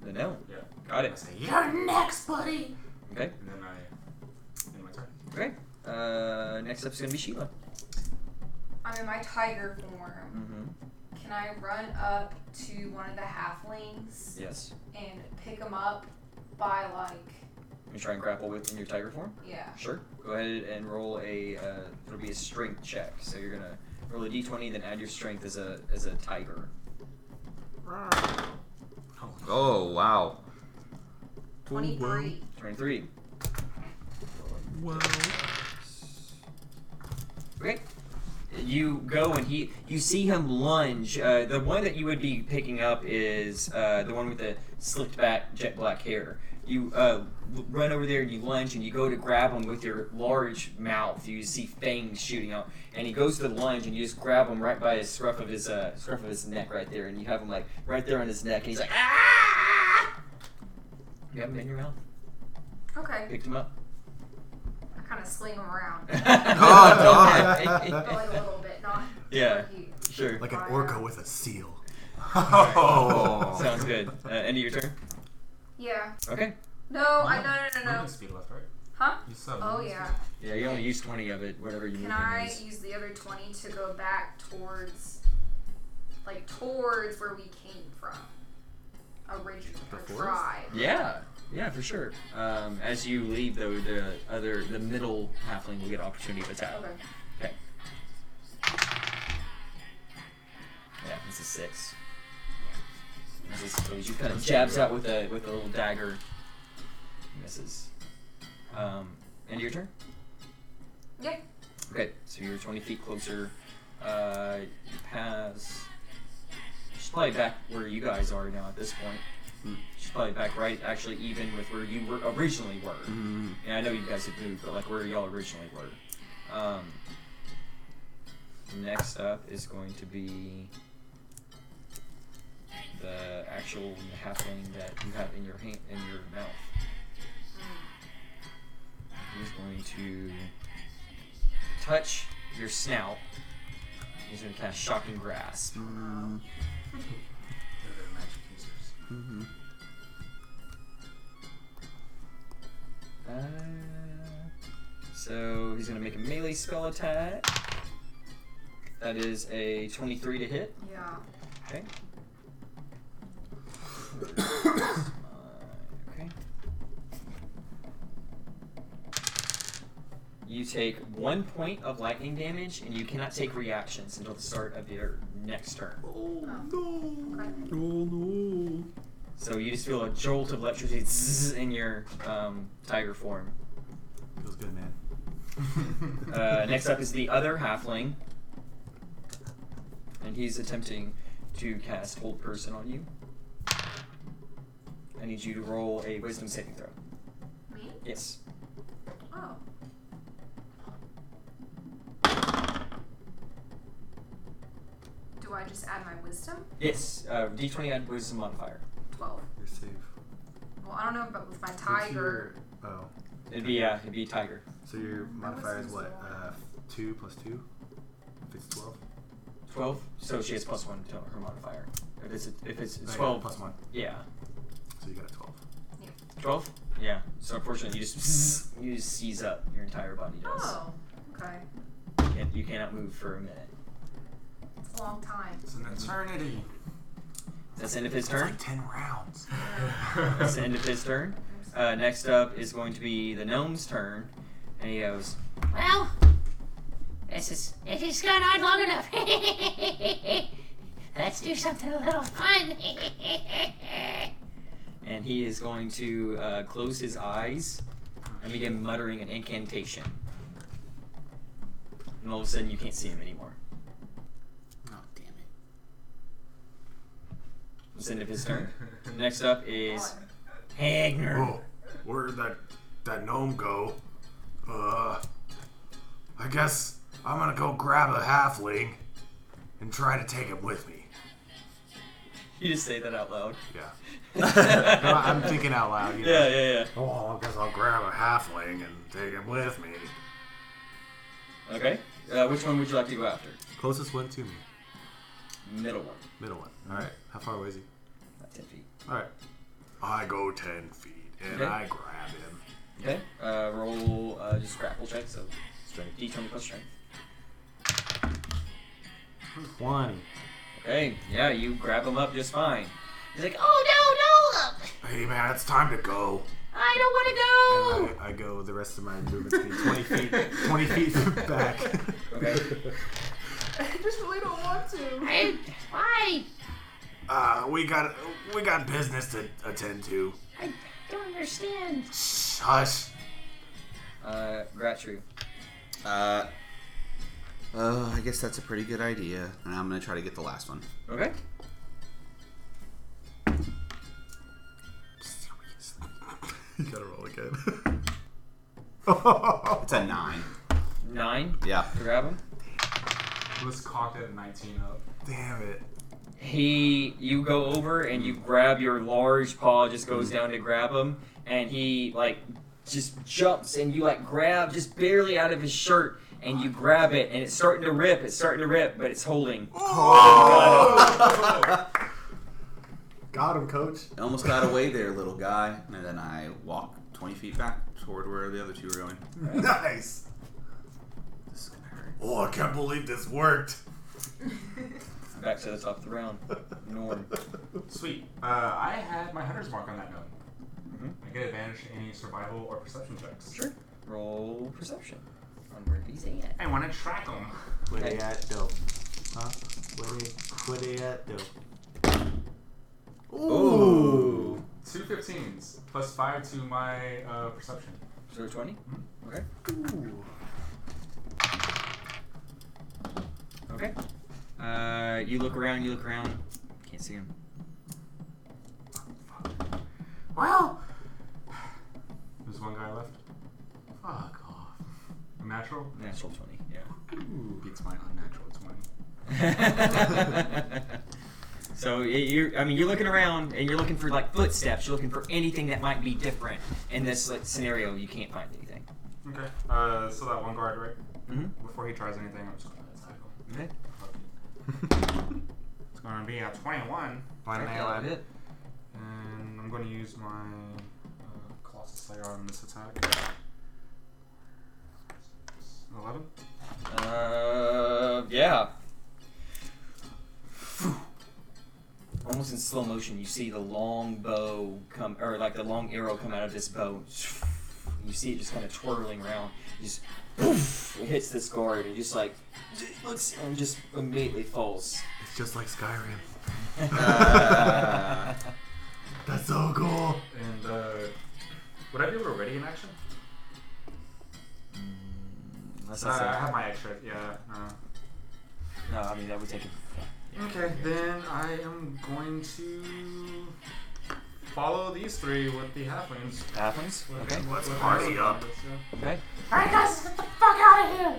Speaker 3: The gnome.
Speaker 8: Yeah.
Speaker 3: Got it.
Speaker 4: You're next, buddy.
Speaker 3: Okay.
Speaker 8: And then I end my turn.
Speaker 3: Okay. Uh, next up's gonna be Sheila.
Speaker 11: I'm in my tiger form.
Speaker 3: Mm-hmm.
Speaker 11: Can I run up to one of the halflings
Speaker 3: Yes.
Speaker 11: and pick him up by like,
Speaker 3: You try and grapple with in your tiger form.
Speaker 11: yeah,
Speaker 3: Sure. Go ahead and roll a. Uh, it'll be a strength check. So you're gonna roll a d20, then add your strength as a as a tiger.
Speaker 2: Oh wow.
Speaker 11: 23.
Speaker 3: 23.
Speaker 2: Whoa.
Speaker 3: Okay. You go and he, you see him lunge. Uh, the one that you would be picking up is uh, the one with the slicked back jet black hair. You uh, l- run over there and you lunge and you go to grab him with your large mouth. You see fangs shooting out, and he goes to lunge and you just grab him right by his scruff of his uh, scruff of his neck right there, and you have him like right there on his neck, and he's like ah! You have him in your mouth.
Speaker 11: Okay,
Speaker 3: Picked him up.
Speaker 11: I kind of sling him
Speaker 3: (laughs)
Speaker 11: around. (laughs)
Speaker 3: God.
Speaker 11: But like a little bit, not.
Speaker 3: Yeah. Sure.
Speaker 15: Like an orca with a seal.
Speaker 6: (laughs)
Speaker 3: Oh. Sounds good. Uh, end of your turn.
Speaker 11: Yeah.
Speaker 3: Okay.
Speaker 11: No, I no no no no.
Speaker 8: Speed left, right?
Speaker 11: Huh?
Speaker 8: You subbed.
Speaker 11: Oh yeah.
Speaker 3: Yeah, you only use 20 of it, whatever you
Speaker 11: Can
Speaker 3: movement
Speaker 11: I
Speaker 3: is.
Speaker 11: use the other twenty to go back towards, like towards where we came from? Originally, or try.
Speaker 3: Yeah, yeah, for sure. Um, as you leave, though, the other, the middle halfling will get opportunity of attack.
Speaker 11: Okay.
Speaker 3: Okay. Yeah, this is six. This is so you kind of jabs out with a with a little dagger. Misses. Um, end of your turn.
Speaker 11: Yeah.
Speaker 3: Okay, so you're 20 feet closer. Uh, you pass. She's probably back where you guys are now at this point. She's probably back right, actually, even with where you were originally were.
Speaker 2: Mhm.
Speaker 3: Yeah, I know you guys have moved, but like where y'all originally were. Um, next up is going to be the actual halfling that you have in your hand, in your mouth. He's going to touch your snout. He's going to cast shocking grasp.
Speaker 9: Mm-hmm.
Speaker 2: Mhm.
Speaker 3: Uh, so he's going to make a melee spell attack. That is a 23 to hit. (coughs)
Speaker 11: Yeah. (coughs)
Speaker 3: Okay. okay. You take one point of lightning damage, and you cannot take reactions until the start of your next turn.
Speaker 11: Oh,
Speaker 15: Oh,
Speaker 11: Okay.
Speaker 3: So you just feel a jolt of electricity zzz in your um, tiger form.
Speaker 15: Feels good, man.
Speaker 3: (laughs) Uh, next up is the other halfling, and he's attempting to cast Hold Person on you. I need you to roll a Wisdom saving throw.
Speaker 11: Me?
Speaker 3: Yes.
Speaker 11: Oh. Do I just add my wisdom?
Speaker 3: Yes. Uh, D20 add Wisdom modifier.
Speaker 11: 12.
Speaker 15: You're safe.
Speaker 11: Well, I don't know, but with my
Speaker 15: What's
Speaker 11: tiger.
Speaker 15: Your, oh,
Speaker 3: It'd be uh, it'd be tiger.
Speaker 15: so your modifier is
Speaker 11: is
Speaker 15: what?
Speaker 11: one.
Speaker 15: Uh, two plus two. If it's twelve.
Speaker 3: Twelve. So she has plus one to her modifier. If it's if it's
Speaker 15: Oh, yeah,
Speaker 3: twelve
Speaker 15: plus one.
Speaker 3: Yeah.
Speaker 15: So you got a 12.
Speaker 3: 12? Yeah. So unfortunately, you just you just seize up. Your entire body does.
Speaker 11: Oh, okay.
Speaker 3: You, can't, you cannot move for a minute.
Speaker 11: It's a long time.
Speaker 6: It's an eternity.
Speaker 3: That's the end of his turn.
Speaker 6: Ten rounds. (laughs)
Speaker 3: That's the end of his turn. Uh, next up is going to be the gnome's turn, and he goes,
Speaker 13: Well, this is it has gone on long enough. (laughs) Let's do something a little fun. (laughs)
Speaker 3: and he is going to uh, close his eyes and begin muttering an incantation. And all of a sudden, you can't see him anymore.
Speaker 4: Oh, damn it.
Speaker 3: That's the end of his
Speaker 6: (laughs)
Speaker 3: turn. Next up is Hagner.
Speaker 6: Whoa, where did Oh, that that gnome go? Uh, I guess I'm gonna go grab a halfling and try to take him with me.
Speaker 3: You just say that out loud.
Speaker 6: Yeah.
Speaker 15: I'm thinking out loud. You know?
Speaker 3: Yeah, yeah, yeah.
Speaker 6: Oh, I guess I'll grab a halfling and take him with me.
Speaker 3: Okay. Uh, which one would you like to go after?
Speaker 15: Closest one to me.
Speaker 3: Middle one.
Speaker 15: Middle one. All right. How far away is he?
Speaker 3: About 10 feet.
Speaker 15: All right.
Speaker 6: I go ten feet and
Speaker 3: Okay.
Speaker 6: I grab him.
Speaker 3: Okay. Uh, roll uh, just grapple check. So strength. D20 plus strength.
Speaker 15: 20.
Speaker 3: Okay. Yeah, you grab him up just fine. He's like, oh,
Speaker 13: oh no, no!
Speaker 6: Hey man, it's time to go.
Speaker 13: I don't want to go.
Speaker 15: I, I go the rest of my movement speed 20 feet,
Speaker 3: (laughs)
Speaker 15: 20 feet back.
Speaker 3: Okay.
Speaker 11: I just really don't want to.
Speaker 13: Hey, why?
Speaker 6: (laughs) Uh, we got we got business to attend to.
Speaker 13: I don't understand.
Speaker 6: Hush.
Speaker 3: Uh, Gratru.
Speaker 2: Uh, uh, I guess that's a pretty good idea, and I'm gonna try to get the last one.
Speaker 3: Okay.
Speaker 6: You gotta roll again.
Speaker 2: (laughs) it's a nine.
Speaker 3: Nine.
Speaker 2: Yeah.
Speaker 3: Grab him.
Speaker 7: Let's cock that 19 up.
Speaker 15: (laughs)
Speaker 6: Damn it.
Speaker 3: He, you go over and you grab your large paw, just goes down to grab him, and he like just jumps and you like grab just barely out of his shirt and you grab it and it's starting to rip, it's starting to rip, but it's holding. Oh
Speaker 15: Got him, coach.
Speaker 2: Almost got away there, little guy. And then I walk 20 feet back toward where the other two were going.
Speaker 6: nice. Oh, I can't believe this worked.
Speaker 3: (laughs) Back to the top of the round. Norm.
Speaker 7: Sweet. Uh, I had my hunter's mark on that gnome. I get advantage to any survival or perception checks.
Speaker 3: Mm-hmm. Sure. Roll perception on where he's at.
Speaker 7: I want to track him.
Speaker 15: Where they at, though? Huh? Where they, where they at, though?
Speaker 7: Ooh. Two 15s plus five to my uh, perception. Mm-hmm.
Speaker 3: So 20? Okay.
Speaker 15: Ooh.
Speaker 3: Okay. Uh, you look around, you look around. Can't see him.
Speaker 7: Well, there's one guy left. Fuck off. Natural?
Speaker 3: Natural 20, yeah.
Speaker 7: Beats my unnatural 20.
Speaker 3: (laughs) so y- you're, I mean, you're looking around and you're looking for like footsteps. You're looking for anything that might be different in this like scenario. You can't find anything.
Speaker 7: Okay. Uh, so that one guard, right?
Speaker 3: Mhm.
Speaker 15: Mm-hmm.
Speaker 7: Before he tries anything, I'm just gonna attack him.
Speaker 3: Okay.
Speaker 7: (laughs) It's gonna be a 21.
Speaker 15: Finally, I
Speaker 7: I
Speaker 15: love
Speaker 7: it. And I'm gonna use my uh, Colossus Slayer on this attack. 11.
Speaker 3: Uh, yeah. Almost in slow motion, you see the long bow come, or like the long arrow come out of this bow. You see it just kind of twirling around. Just poof, it hits this guard and just like looks and just immediately falls.
Speaker 15: It's just like Skyrim.
Speaker 3: Uh,
Speaker 15: (laughs) That's so cool.
Speaker 7: And uh, would I be able to ready an action?
Speaker 3: Unless
Speaker 7: Uh,
Speaker 3: that's a-
Speaker 7: I have my extra. Yeah. Uh,
Speaker 3: No, I mean that would take it.
Speaker 7: Okay, then I am going to follow these three with the halflings.
Speaker 3: Halflings?
Speaker 7: With-
Speaker 3: Okay.
Speaker 7: with-
Speaker 3: Let's
Speaker 7: with
Speaker 3: party
Speaker 7: our-
Speaker 3: up.
Speaker 7: yeah.
Speaker 3: Okay.
Speaker 5: Alright, guys, get the fuck out of here!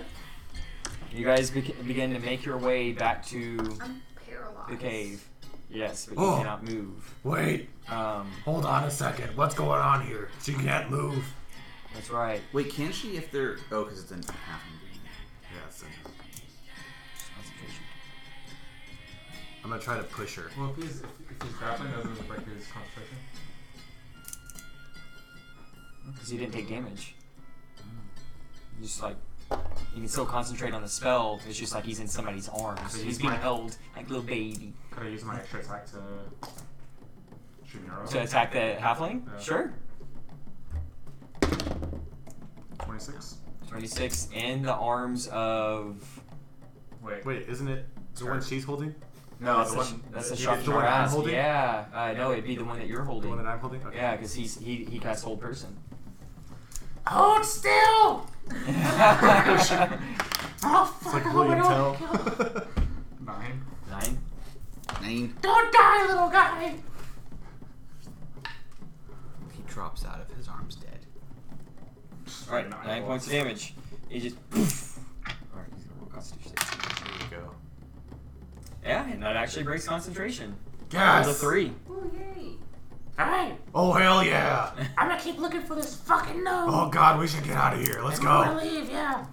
Speaker 3: You guys be- begin to make your way back to
Speaker 11: I'm paralyzed.
Speaker 3: the cave. Yes, but you
Speaker 6: Oh.
Speaker 3: cannot move.
Speaker 6: Wait.
Speaker 3: Um,
Speaker 6: Hold on a second. What's going on here? She can't move.
Speaker 3: that's right.
Speaker 2: Wait, can she if they're. Oh, because it's in half
Speaker 6: Yes.
Speaker 3: Concentration.
Speaker 15: I'm gonna try to push her.
Speaker 7: Well, if he's, if, if he's grappling, doesn't it break his concentration?
Speaker 17: because you didn't take damage.
Speaker 3: Mm.
Speaker 17: Just like you can still concentrate on the spell. It's just like he's in somebody's arms.
Speaker 7: Could I
Speaker 17: He's
Speaker 7: use
Speaker 17: being
Speaker 7: my-
Speaker 17: held like a little baby.
Speaker 7: Could I use my extra attack to shoot an arrow?
Speaker 17: To attack the halfling?
Speaker 7: Yeah.
Speaker 17: Sure.
Speaker 7: 26.
Speaker 17: 26 in the arms of.
Speaker 7: Wait.
Speaker 15: Wait, isn't it the one she's holding?
Speaker 17: No, that's the one. That's the shot
Speaker 15: the one I'm holding.
Speaker 17: Yeah, uh, no, it'd be the one that you're holding.
Speaker 15: The one that I'm holding. Okay.
Speaker 17: Yeah, because he's he he cast hold person.
Speaker 15: (laughs)
Speaker 17: (laughs)
Speaker 4: Hold still! oh, fuck. I hope I (laughs) don't kill him.
Speaker 7: Nine.
Speaker 17: Nine.
Speaker 2: Nine.
Speaker 4: Don't die, little guy!
Speaker 2: He drops out of his arms dead.
Speaker 3: All right, nine, points of damage. He just. Poof. All right, he's gonna roll Constitution.
Speaker 7: There you go.
Speaker 3: Yeah, and that actually breaks concentration.
Speaker 15: Yes!
Speaker 3: It was a three.
Speaker 11: Ooh, yay.
Speaker 4: Alright.
Speaker 15: Oh hell
Speaker 3: (laughs)
Speaker 15: yeah!
Speaker 4: I'm gonna keep looking for this fucking nose.
Speaker 15: Oh god, we should get out of here. Let's
Speaker 4: And I'm
Speaker 15: go.
Speaker 4: gonna leave, yeah.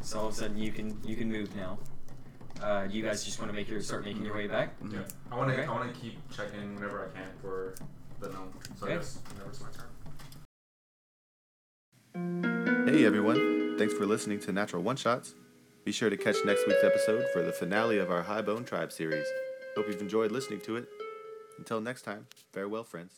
Speaker 3: So all of a sudden you can you can move now. Uh, you guys just want to make your start making your way back.
Speaker 7: Yeah. I want to.
Speaker 3: Okay.
Speaker 7: I want to keep checking whenever I can for the gnome. So
Speaker 3: Okay.
Speaker 7: I guess whenever it's my turn.
Speaker 1: Hey everyone, thanks for listening to Natural One Shots. Be sure to catch next week's episode for the finale of our High Bone Tribe series. Hope you've enjoyed listening to it. Until next time, farewell, friends.